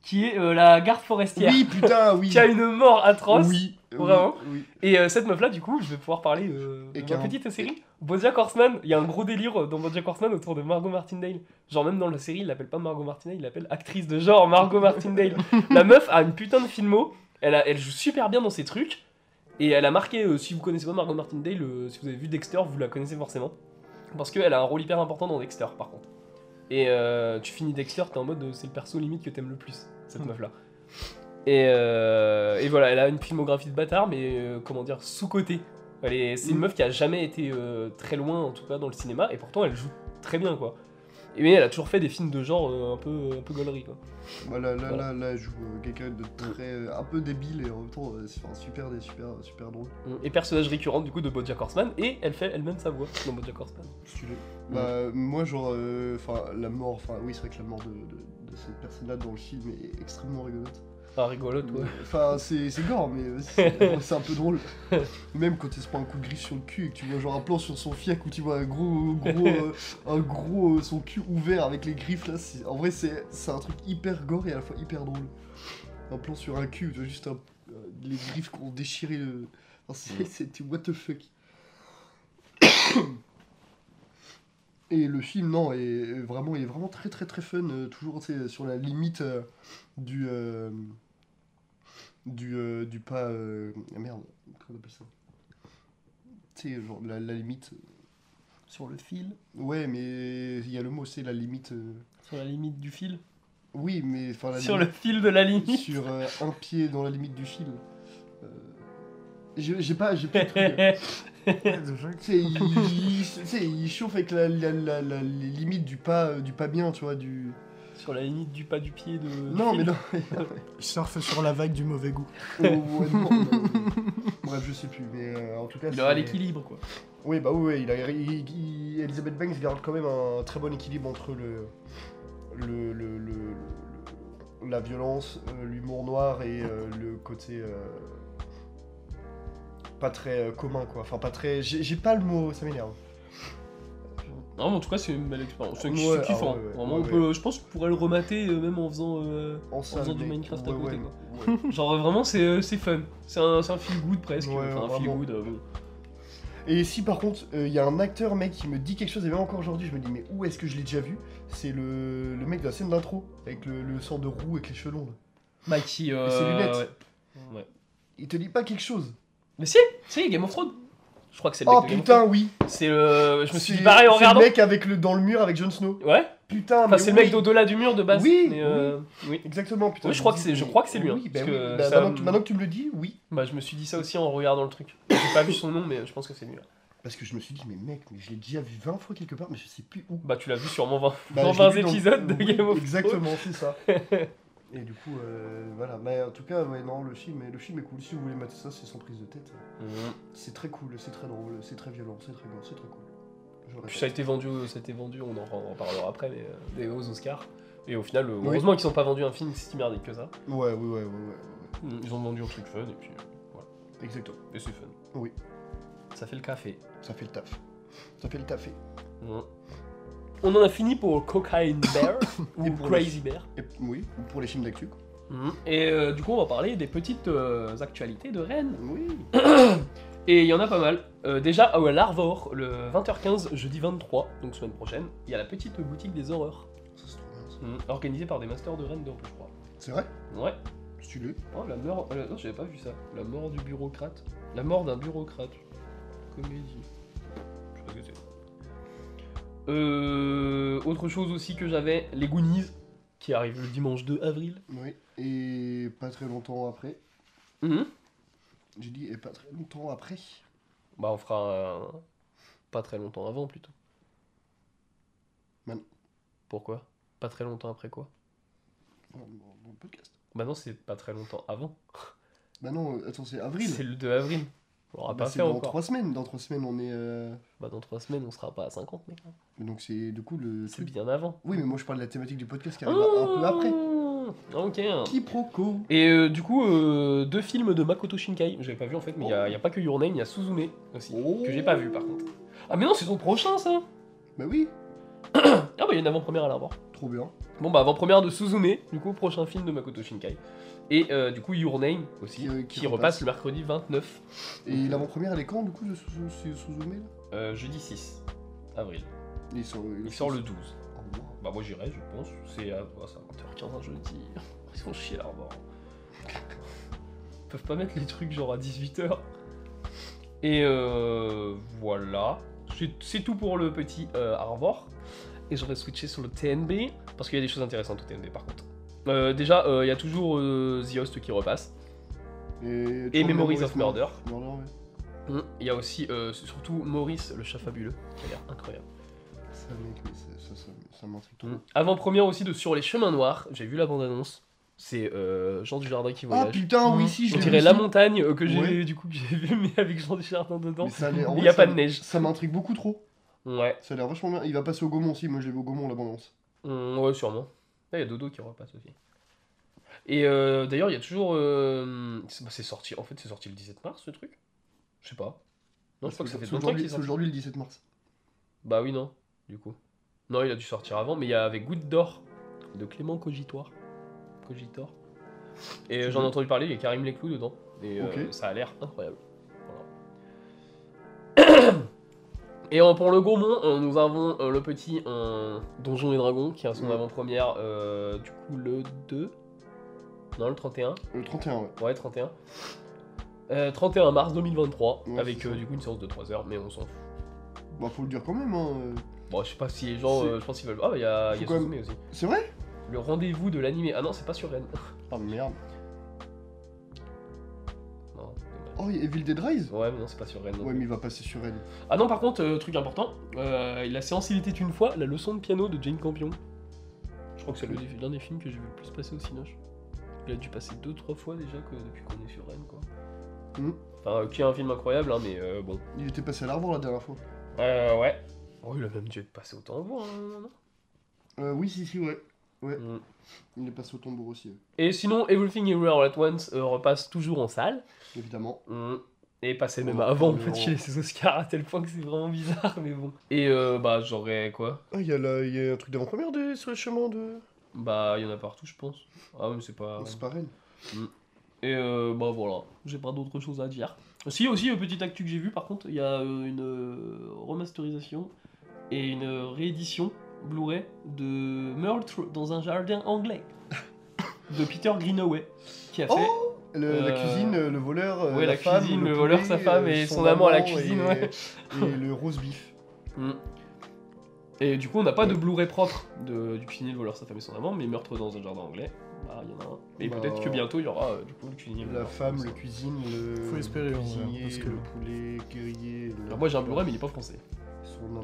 [SPEAKER 1] qui est euh, la garde forestière,
[SPEAKER 2] Oui, putain, oui.
[SPEAKER 1] qui a une mort atroce.
[SPEAKER 2] oui,
[SPEAKER 1] vraiment.
[SPEAKER 2] oui,
[SPEAKER 1] Et euh, cette meuf-là, du coup, je vais pouvoir parler euh,
[SPEAKER 2] Et
[SPEAKER 1] de ma
[SPEAKER 2] qu'un-
[SPEAKER 1] petite série. BoJack Horseman, il y a un gros délire euh, dans BoJack Horseman autour de Margot Martindale. Genre même dans la série, il l'appelle pas Margot Martindale, il l'appelle actrice de genre Margot Martindale. la meuf a une putain de filmo, elle, a- elle joue super bien dans ses trucs. Et elle a marqué, euh, si vous connaissez pas Margot Martindale, euh, si vous avez vu Dexter, vous la connaissez forcément. Parce qu'elle a un rôle hyper important dans Dexter, par contre. Et euh, tu finis Dexter, t'es en mode, euh, c'est le perso limite que t'aimes le plus, cette
[SPEAKER 3] Hmm.
[SPEAKER 1] meuf-là. Et, euh, et voilà, elle a une filmographie de bâtard, mais euh, comment dire, sous-côté. Elle est- C'est une
[SPEAKER 2] Hmm.
[SPEAKER 1] meuf qui a jamais été euh, très loin, en tout cas dans le cinéma, et pourtant elle joue très bien, quoi. Et mais elle a toujours fait des films de genre euh, un peu, un peu gaulerie, quoi.
[SPEAKER 2] Voilà, Bah, là,
[SPEAKER 1] Voilà.
[SPEAKER 2] là, là, je joue euh, quelqu'un de très. euh, un peu débile et en même temps, euh, c'est enfin, super, des- super, super drôle.
[SPEAKER 1] Et personnage récurrent du coup de Bojack Horseman, et elle fait elle-même sa voix dans Bojack Horseman.
[SPEAKER 2] Stylé. Bah, moi, genre, euh, enfin, la mort, enfin, oui, c'est vrai que la mort de, de, de cette personne-là dans le film est extrêmement rigolote.
[SPEAKER 1] Ah, rigolote, ouais.
[SPEAKER 2] Enfin, c'est c'est gore, mais c'est c'est un peu drôle. Même quand il se prend un coup de griffe sur le cul et que tu vois genre un plan sur son fiac où tu vois un gros, gros, euh, un gros, euh, son cul ouvert avec les griffes là, c'est- en vrai c'est c'est un truc hyper gore et à la fois hyper drôle. Un plan sur un cul, où tu vois juste un- euh, les griffes qui ont déchiré le. Enfin, c'est- C'était what the fuck. Et le film, non, est- est vraiment, est vraiment très très très fun, euh, toujours tu sais, sur la limite euh, du. euh, du, euh, du pas. euh, ah merde, comment on appelle ça Tu sais, genre la, la limite. Sur le fil Ouais, mais il y a le mot, c'est la limite. euh,
[SPEAKER 1] Sur la limite du fil.
[SPEAKER 2] Oui, mais enfin la
[SPEAKER 1] Sur le
[SPEAKER 2] limite.
[SPEAKER 1] fil de la limite.
[SPEAKER 2] Sur euh, un pied dans la limite du fil. Euh, J'ai j'ai pas, j'ai pas le truc.
[SPEAKER 1] ouais,
[SPEAKER 3] Ouais, de fait.
[SPEAKER 2] Tu sais, il, il- tu sais, il chauffe avec la, la, la- la- les limites du pas, euh, du pas bien, tu vois, du...
[SPEAKER 1] sur la limite du pas du pied de.
[SPEAKER 2] Non,
[SPEAKER 1] du
[SPEAKER 2] mais
[SPEAKER 1] fil.
[SPEAKER 2] non.
[SPEAKER 3] Il surfe sur la vague du mauvais goût.
[SPEAKER 2] Oh, ouais, non, non, non. Bref, je sais plus, mais euh, en tout cas...
[SPEAKER 1] Il aura
[SPEAKER 2] c'est-
[SPEAKER 1] l'équilibre, quoi.
[SPEAKER 2] Oui, bah oui, oui, il a, il- il- Elizabeth Banks garde quand même un très bon équilibre entre le, le, le- le- le- la violence, euh, l'humour noir et euh, le côté euh, pas très euh, commun, quoi. Enfin, pas très. J'ai j'ai pas le mot, ça m'énerve.
[SPEAKER 1] Non, mais en tout cas, c'est une belle expérience. C'est
[SPEAKER 2] Ouais,
[SPEAKER 1] c'est
[SPEAKER 2] ah
[SPEAKER 1] kiffant.
[SPEAKER 2] ouais, ouais,
[SPEAKER 1] Vraiment,
[SPEAKER 2] ouais,
[SPEAKER 1] on peut, je pense que je pourrais le remater euh, même en faisant, euh,
[SPEAKER 2] En salle,
[SPEAKER 1] faisant du
[SPEAKER 2] mec.
[SPEAKER 1] Minecraft à
[SPEAKER 2] Ouais,
[SPEAKER 1] côté,
[SPEAKER 2] ouais, ouais.
[SPEAKER 1] genre euh, vraiment, c'est euh, c'est fun. C'est un, c'est un feel good presque.
[SPEAKER 2] Ouais,
[SPEAKER 1] enfin, un feel
[SPEAKER 2] vraiment.
[SPEAKER 1] good. euh, bon.
[SPEAKER 2] Et si par contre, euh, il y a un acteur, mec, qui me dit quelque chose, et même encore aujourd'hui, je me dis, mais où est-ce que je l'ai déjà vu C'est le, le mec de la scène d'intro, avec le, le sort de roue avec les chelons. Là.
[SPEAKER 1] Bah, qui. euh,
[SPEAKER 2] ses lunettes.
[SPEAKER 1] ouais. Ouais.
[SPEAKER 2] Il te dit pas quelque chose
[SPEAKER 1] Mais si, si, Game of Thrones. Je crois que c'est le mec
[SPEAKER 2] Oh
[SPEAKER 1] de Game of
[SPEAKER 2] putain, oui
[SPEAKER 1] Thrones. C'est le. Je me suis
[SPEAKER 2] C'est-
[SPEAKER 1] dit pareil en
[SPEAKER 2] C'est le
[SPEAKER 1] regardant.
[SPEAKER 2] mec avec le, dans le mur avec Jon Snow.
[SPEAKER 1] Ouais.
[SPEAKER 2] Putain,
[SPEAKER 1] Enfin,
[SPEAKER 2] mais
[SPEAKER 1] c'est le mec
[SPEAKER 2] oui.
[SPEAKER 1] d'au-delà du mur de base.
[SPEAKER 2] Oui,
[SPEAKER 1] mais, euh, oui.
[SPEAKER 2] Exactement, putain.
[SPEAKER 1] Oui, je
[SPEAKER 2] me
[SPEAKER 1] crois que
[SPEAKER 2] dis,
[SPEAKER 1] c'est- je
[SPEAKER 2] mais-
[SPEAKER 1] crois que c'est lui, hein,
[SPEAKER 2] oui, bah
[SPEAKER 1] parce
[SPEAKER 2] oui.
[SPEAKER 1] que
[SPEAKER 2] Bah,
[SPEAKER 1] ça
[SPEAKER 2] maintenant, que,
[SPEAKER 1] me-
[SPEAKER 2] maintenant que tu me le dis, oui.
[SPEAKER 1] Bah, je me suis dit ça aussi en regardant le truc. J'ai pas vu son nom, mais je pense que c'est lui.
[SPEAKER 2] Parce que je me suis dit, mais mec, mais je l'ai déjà vu 20 fois quelque part, mais je sais plus où.
[SPEAKER 1] Bah, tu l'as vu sûrement 20,
[SPEAKER 2] Bah,
[SPEAKER 1] dans
[SPEAKER 2] je l'ai
[SPEAKER 1] 20
[SPEAKER 2] vu dans-
[SPEAKER 1] épisodes de
[SPEAKER 2] oui,
[SPEAKER 1] Game of Thrones.
[SPEAKER 2] Exactement, c'est ça. Et du coup, euh, voilà. Mais en tout cas, ouais, non, le film, est- le film est cool. Si vous voulez mater ça, c'est sans prise de tête.
[SPEAKER 1] Mmh.
[SPEAKER 2] C'est très cool, c'est très drôle, c'est très violent, c'est très gore, c'est très cool. Je le
[SPEAKER 1] Puis ça a
[SPEAKER 2] répète.
[SPEAKER 1] été vendu, euh, ça a été vendu, on en on en reparlera après, mais euh, des aux Oscars. Et au final, euh,
[SPEAKER 2] Oui.
[SPEAKER 1] heureusement qu'ils ont pas vendu un film si merdique que ça.
[SPEAKER 2] Ouais, ouais, ouais, ouais, ouais, ouais.
[SPEAKER 1] Mmh, Ils ont vendu un truc fun et puis euh,
[SPEAKER 2] Exactement.
[SPEAKER 1] et c'est fun.
[SPEAKER 2] Oui.
[SPEAKER 1] Ça fait le café.
[SPEAKER 2] Ça fait le taf. Ça fait le taf.
[SPEAKER 1] Mmh. On en a fini pour Cocaine Bear
[SPEAKER 2] Et
[SPEAKER 1] ou
[SPEAKER 2] pour
[SPEAKER 1] Crazy Bear.
[SPEAKER 2] Et, oui, pour les films d'actu.
[SPEAKER 1] Mhm. Et euh, du coup, on va parler des petites euh, actualités de Rennes.
[SPEAKER 2] Oui.
[SPEAKER 1] Et il y en a pas mal. Euh, déjà, à l'Arvor, le 20h15, jeudi 23, donc semaine prochaine, il y a la petite boutique des horreurs,
[SPEAKER 2] Ça, c'est trop bien, ça.
[SPEAKER 1] Mhm. organisée par des masters de Rennes d'Europe, je crois.
[SPEAKER 2] C'est vrai
[SPEAKER 1] Ouais.
[SPEAKER 2] Stylé.
[SPEAKER 1] Oh, la mort... euh, non, j'avais pas vu ça. La mort du bureaucrate. La mort d'un bureaucrate. Comédie. Je sais pas ce que c'est. Euh, autre chose aussi que j'avais, les Goonies, qui arrivent le dimanche 2 avril.
[SPEAKER 2] Oui. Et pas très longtemps après.
[SPEAKER 1] Mhm.
[SPEAKER 2] J'ai dit, et pas très longtemps après.
[SPEAKER 1] Bah on fera euh, pas très longtemps avant plutôt.
[SPEAKER 2] Man.
[SPEAKER 1] Pourquoi Pas très longtemps après quoi
[SPEAKER 2] Dans, dans- dans le podcast.
[SPEAKER 1] Bah non, c'est pas très longtemps avant.
[SPEAKER 2] Bah non, euh, attends, c'est avril.
[SPEAKER 1] C'est le 2 avril. On l'aura
[SPEAKER 2] Bah,
[SPEAKER 1] pas
[SPEAKER 2] c'est
[SPEAKER 1] fait
[SPEAKER 2] dans
[SPEAKER 1] encore.
[SPEAKER 2] trois semaines. Dans trois semaines, on est. euh,
[SPEAKER 1] Bah dans 3 semaines, on sera pas à 50 mec.
[SPEAKER 2] Donc c'est du coup le.
[SPEAKER 1] C'est
[SPEAKER 2] truc-
[SPEAKER 1] bien Oh avant.
[SPEAKER 2] Oui, mais moi je parle de la thématique du podcast qui arrive un peu après.
[SPEAKER 1] Ah, OK.
[SPEAKER 2] Quiproquo.
[SPEAKER 1] Et euh, du coup, euh, deux films de Makoto Shinkai, j'avais pas vu en fait, mais il y a, y a pas que Your Name, il y a Suzume aussi,
[SPEAKER 2] Oh.
[SPEAKER 1] que j'ai pas vu par contre. Ah mais non, c'est son prochain ça
[SPEAKER 2] Bah oui,
[SPEAKER 1] Ah bah il y a une avant-première à l'arbre.
[SPEAKER 2] trop bien.
[SPEAKER 1] Bon bah avant-première de Suzume, du coup prochain film de Makoto Shinkai. Et euh, du coup Your Name aussi,
[SPEAKER 2] Qui, euh,
[SPEAKER 1] qui,
[SPEAKER 2] qui
[SPEAKER 1] repasse
[SPEAKER 2] repasse.
[SPEAKER 1] le mercredi 29,
[SPEAKER 2] Et l'avant-première, elle est quand du coup de Suzu- c'est Suzume là
[SPEAKER 1] euh, jeudi 6 avril.
[SPEAKER 2] Il sort,
[SPEAKER 1] Il sort le 12.
[SPEAKER 2] Oh, wow.
[SPEAKER 1] Bah moi j'irai je pense, c'est à, oh, c'est à 20h15 un jeudi. Ils font chier l'arbre. Ils peuvent pas mettre les trucs genre à 18h. Et euh, voilà, c'est c'est tout pour le petit euh, Arvor. Et j'aurais switché sur le TNB, parce qu'il y a des choses intéressantes au TNB par contre. Euh, déjà, euh, il y a toujours euh, The Host qui repasse.
[SPEAKER 2] Et,
[SPEAKER 1] Memories of Murder.
[SPEAKER 2] Murder, ouais.
[SPEAKER 1] Hum, Il y a aussi, euh, surtout Maurice, le chat fabuleux, qui a l'air incroyable.
[SPEAKER 2] Ça, mec, mais ça, ça, ça, ça m'intrigue trop.
[SPEAKER 1] Hum. Avant-première aussi de Sur les chemins noirs, j'ai vu la bande-annonce. C'est euh, Jean Dujardin qui
[SPEAKER 2] Ah
[SPEAKER 1] voyage.
[SPEAKER 2] putain,
[SPEAKER 3] Mmh.
[SPEAKER 2] oui, si, je
[SPEAKER 1] On
[SPEAKER 2] l'ai
[SPEAKER 1] dirait
[SPEAKER 2] vu,
[SPEAKER 1] la
[SPEAKER 2] si.
[SPEAKER 1] montagne euh, que j'ai
[SPEAKER 2] Ouais.
[SPEAKER 1] du coup que j'ai vu, mais avec Jean Dujardin dedans.
[SPEAKER 2] Mais ça a l'air- en
[SPEAKER 1] Il
[SPEAKER 2] vrai,
[SPEAKER 1] n'y a
[SPEAKER 2] ça
[SPEAKER 1] pas de
[SPEAKER 2] m'a-
[SPEAKER 1] neige.
[SPEAKER 2] Ça m'intrigue beaucoup trop.
[SPEAKER 1] Ouais,
[SPEAKER 2] Ça a l'air vachement bien. Il va passer au Gaumont aussi. Moi, je l'ai vu au Gaumont, l'abondance.
[SPEAKER 1] Hum, ouais sûrement. Là, il y a Dodo qui repasse aussi. Et euh, d'ailleurs, il y a toujours. euh, c'est bah, c'est sorti. En fait, c'est sorti le 17 mars, ce truc. Je sais pas. Non, je crois que ça fait
[SPEAKER 2] C'est
[SPEAKER 1] longtemps qu'il est
[SPEAKER 2] aujourd'hui, c'est
[SPEAKER 1] sorti.
[SPEAKER 2] aujourd'hui le 17 mars.
[SPEAKER 1] Bah oui, non, du coup. Non, il a dû sortir avant, mais il y avait Goutte d'or de Clément Cogitoire. Cogitor. Et euh, j'en ai
[SPEAKER 2] bien.
[SPEAKER 1] entendu parler, il y a Karim Leclou dedans. Et euh,
[SPEAKER 2] Ok.
[SPEAKER 1] ça a l'air incroyable. Voilà. et en- pour le Gaumont, euh, nous avons euh, le petit euh, Donjon et Dragons qui a son
[SPEAKER 2] Ouais.
[SPEAKER 1] avant-première euh, du coup le 2. Non, le 31.
[SPEAKER 2] Le 31, ouais.
[SPEAKER 1] Ouais, 31. Euh, 31 mars 2023,
[SPEAKER 2] Ouais,
[SPEAKER 1] avec
[SPEAKER 2] c'est
[SPEAKER 1] euh,
[SPEAKER 2] ça.
[SPEAKER 1] du coup une séance de 3 heures, mais on s'en fout.
[SPEAKER 2] Bah, faut le dire quand même, hein.
[SPEAKER 1] Bon, je sais pas si les gens,
[SPEAKER 2] C'est-
[SPEAKER 1] euh, je pense qu'ils veulent. Ah, bah, il y a, il y a
[SPEAKER 2] Faut quand
[SPEAKER 1] Suzume aussi.
[SPEAKER 2] C'est vrai
[SPEAKER 1] Le rendez-vous de l'animé. Ah non, c'est pas sur Rennes.
[SPEAKER 2] Ah, merde.
[SPEAKER 1] non, dommage.
[SPEAKER 2] Oh, il y a Evil Dead Rise
[SPEAKER 1] Ouais, mais non, c'est pas sur Rennes. non
[SPEAKER 2] Ouais,
[SPEAKER 1] plus.
[SPEAKER 2] mais il va passer sur Rennes.
[SPEAKER 1] Ah non, par contre, euh, truc important, euh, la séance Il était une fois, la leçon de piano de Jane Campion. Je crois que c'est le- l'un des films que j'ai vu le plus passer au Cinoche. Il a dû passer 2-3 fois déjà que, depuis qu'on est sur Rennes, quoi.
[SPEAKER 2] Mhm.
[SPEAKER 1] Enfin, euh, qui est un film incroyable, hein, mais euh, bon.
[SPEAKER 2] Il était passé à l'arbre la dernière fois.
[SPEAKER 1] Euh, ouais. Oh, il a même dû être passé au tambour, hein, non, non
[SPEAKER 2] Euh, oui, si, si, ouais.
[SPEAKER 1] Mhm.
[SPEAKER 2] Il est passé au tambour aussi,
[SPEAKER 1] euh, Et sinon, Everything Everywhere All At Once euh, repasse toujours en salle.
[SPEAKER 2] évidemment.
[SPEAKER 1] Mm. Et passé même
[SPEAKER 2] Oh,
[SPEAKER 1] avant, en
[SPEAKER 2] oh,
[SPEAKER 1] fait,
[SPEAKER 2] oh.
[SPEAKER 1] chez les Oscars, à tel point que c'est vraiment bizarre, mais bon. Et euh, bah, j'aurais quoi
[SPEAKER 2] Ah, il y, a la- il y a un truc d'avant-première de- sur le chemin de.
[SPEAKER 1] Bah, il y en a partout, je pense. Ah, mais c'est pas.
[SPEAKER 2] C'est pareil.
[SPEAKER 1] Et euh, bah voilà, j'ai pas d'autre chose à dire. Si, aussi, une petite actu que j'ai vu par contre, il y a euh, une euh, remasterisation et une euh, réédition Blu-ray de Meurtre dans un jardin anglais de Peter Greenaway qui a fait.
[SPEAKER 2] Oh Le- La
[SPEAKER 1] Euh,
[SPEAKER 2] cuisine, euh, le voleur, euh,
[SPEAKER 1] ouais, la
[SPEAKER 2] femme,
[SPEAKER 1] cuisine, le
[SPEAKER 2] poulet,
[SPEAKER 1] voleur, sa femme
[SPEAKER 2] euh,
[SPEAKER 1] et son amant à la
[SPEAKER 2] amant
[SPEAKER 1] cuisine,
[SPEAKER 2] et-
[SPEAKER 1] ouais.
[SPEAKER 2] Et le rose beef.
[SPEAKER 1] Mm. Et du coup, on n'a pas de Blu-ray propre de, du cuisinier, le voleur, sa femme et son amant, mais Meurtre dans un jardin anglais, bah il y en a un. Et
[SPEAKER 2] Bah,
[SPEAKER 1] peut-être que bientôt il y aura euh, du coup le cuisinier. le
[SPEAKER 2] La
[SPEAKER 1] voleur,
[SPEAKER 2] femme,
[SPEAKER 1] sa
[SPEAKER 2] le
[SPEAKER 1] femme.
[SPEAKER 2] cuisine, le.
[SPEAKER 3] Faut espérer,
[SPEAKER 2] le
[SPEAKER 3] ouais,
[SPEAKER 2] cuisinier,
[SPEAKER 3] parce que-
[SPEAKER 2] le poulet, guerrier. le-
[SPEAKER 1] Alors moi j'ai un Blu-ray, mais il est pas français.
[SPEAKER 2] Son amant.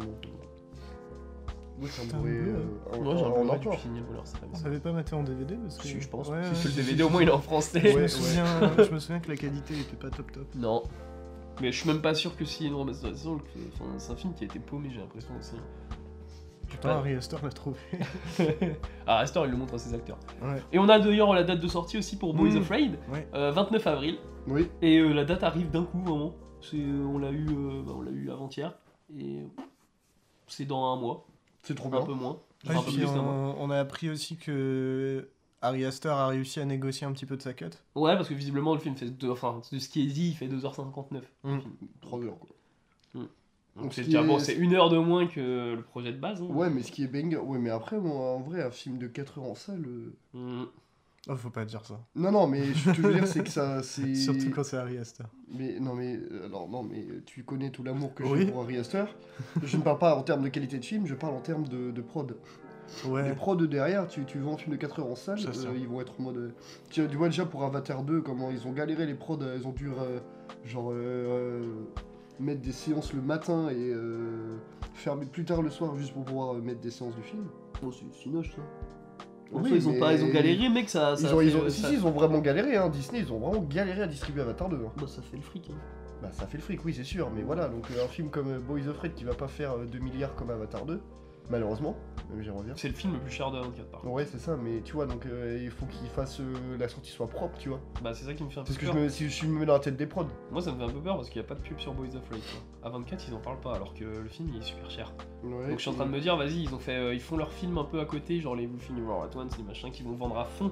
[SPEAKER 2] Oui, c'est
[SPEAKER 3] Putain,
[SPEAKER 2] un bourré.
[SPEAKER 3] le bleu,
[SPEAKER 2] euh,
[SPEAKER 1] Moi j'ai un
[SPEAKER 2] en- en
[SPEAKER 1] Blu-ray du
[SPEAKER 2] encore.
[SPEAKER 1] cuisinier, le voleur, sa femme et son
[SPEAKER 3] Vous avez pas maté en DVD parce que...
[SPEAKER 1] Si, je pense.
[SPEAKER 3] Ouais,
[SPEAKER 1] Parce que
[SPEAKER 3] ouais,
[SPEAKER 1] le
[SPEAKER 3] si,
[SPEAKER 1] DVD,
[SPEAKER 3] si,
[SPEAKER 1] au moins, il est en
[SPEAKER 3] si.
[SPEAKER 1] français.
[SPEAKER 3] Je, me
[SPEAKER 2] Ouais.
[SPEAKER 3] souviens, je me souviens que la qualité était pas top top.
[SPEAKER 1] Non. Mais je suis même pas sûr que s'il y a une remasterisation, que- enfin, c'est un film qui a été paumé, j'ai l'impression aussi.
[SPEAKER 3] Putain,
[SPEAKER 1] Ouais.
[SPEAKER 3] Harry Astor l'a trouvé.
[SPEAKER 1] ah, Astor, il le montre à ses acteurs.
[SPEAKER 3] Ouais.
[SPEAKER 1] Et on a d'ailleurs la date de sortie aussi pour Boys
[SPEAKER 3] Mm.
[SPEAKER 1] Afraid,
[SPEAKER 3] Ouais.
[SPEAKER 1] euh, 29 avril.
[SPEAKER 2] Oui,
[SPEAKER 1] Et euh, la date arrive d'un coup, vraiment. C'est, euh, on l'a eu, euh, bah, on l'a eu avant-hier. Et euh, c'est dans un mois,
[SPEAKER 2] c'est trop
[SPEAKER 1] un
[SPEAKER 2] bien.
[SPEAKER 1] peu moins.
[SPEAKER 3] Ouais,
[SPEAKER 1] Enfin, un peu
[SPEAKER 3] puis
[SPEAKER 1] plus d'un mois.
[SPEAKER 3] on, on a appris aussi que Harry Astor a réussi à négocier un petit peu de sa cut.
[SPEAKER 1] Ouais, parce que visiblement, le film fait. Deux, enfin, de ce qui est dit, il fait 2h59.
[SPEAKER 2] Mm. Trop heures quoi.
[SPEAKER 1] Donc
[SPEAKER 2] Ce
[SPEAKER 1] c'est
[SPEAKER 2] qui
[SPEAKER 1] déjà
[SPEAKER 2] est-
[SPEAKER 1] bon, c'est une heure de moins que le projet de base. hein.
[SPEAKER 2] Ouais, mais ce qui est banger. Ouais, mais après, moi, en vrai, un film de 4 heures en salle. euh,
[SPEAKER 1] Mm.
[SPEAKER 3] Oh, faut pas dire ça.
[SPEAKER 2] Non, non, mais je te veux dire, c'est que ça. c'est...
[SPEAKER 3] Surtout quand c'est Harry Astor.
[SPEAKER 2] Mais non, mais euh, alors non, mais euh, tu connais tout l'amour que
[SPEAKER 3] Oui.
[SPEAKER 2] j'ai pour Harry Astor. je ne parle pas en termes de qualité de film, je parle en termes de, de prod. Les
[SPEAKER 3] Ouais.
[SPEAKER 2] prods derrière, tu, tu vends un film de 4 heures en salle,
[SPEAKER 3] Ça, c'est
[SPEAKER 2] euh,
[SPEAKER 3] vrai.
[SPEAKER 2] ils vont être en mode. euh, Tu, tu vois déjà pour Avatar 2, comment ils ont galéré les prods, euh, ils ont dû euh, genre euh, mettre des séances le matin et euh, fermer plus tard le soir juste pour pouvoir euh, mettre des séances du film.
[SPEAKER 1] Bon, c'est c'est noche ça. En
[SPEAKER 2] Oui,
[SPEAKER 1] soi, ils ont
[SPEAKER 2] mais-
[SPEAKER 1] pas, ils ont galéré, mec, ça. ça
[SPEAKER 2] Ils ont,
[SPEAKER 1] fait,
[SPEAKER 2] ils ont-
[SPEAKER 1] euh,
[SPEAKER 2] si,
[SPEAKER 1] ça-
[SPEAKER 2] si, ils ont vraiment galéré, hein, Disney, ils ont vraiment galéré à distribuer Avatar 2. hein.
[SPEAKER 1] Bah, ça fait le fric. Hein.
[SPEAKER 2] Bah ça fait le fric, oui c'est sûr, mais voilà, donc euh, un film comme euh, Boys of Red qui va pas faire euh, 2 milliards comme Avatar 2, malheureusement, même j'aimerais bien.
[SPEAKER 1] C'est le film le plus cher de 24 par contre.
[SPEAKER 2] Ouais c'est ça, mais tu vois, donc euh, il faut qu'il fasse euh, la sortie soit propre, tu vois.
[SPEAKER 1] Bah, c'est ça qui me fait un peu
[SPEAKER 2] Parce que
[SPEAKER 1] peur.
[SPEAKER 2] je me, si je me mets dans la tête des prods.
[SPEAKER 1] Moi, ça me fait un peu peur parce qu'il n'y a pas de pub sur Boys of Light. quoi. À 24, ils en parlent pas alors que le film il est super cher.
[SPEAKER 2] Ouais,
[SPEAKER 1] Donc, je suis en train de me dire, vas-y, ils ont fait, euh, ils font leur film un peu à côté, genre les Buffy New World At Once, les machins qui vont vendre à fond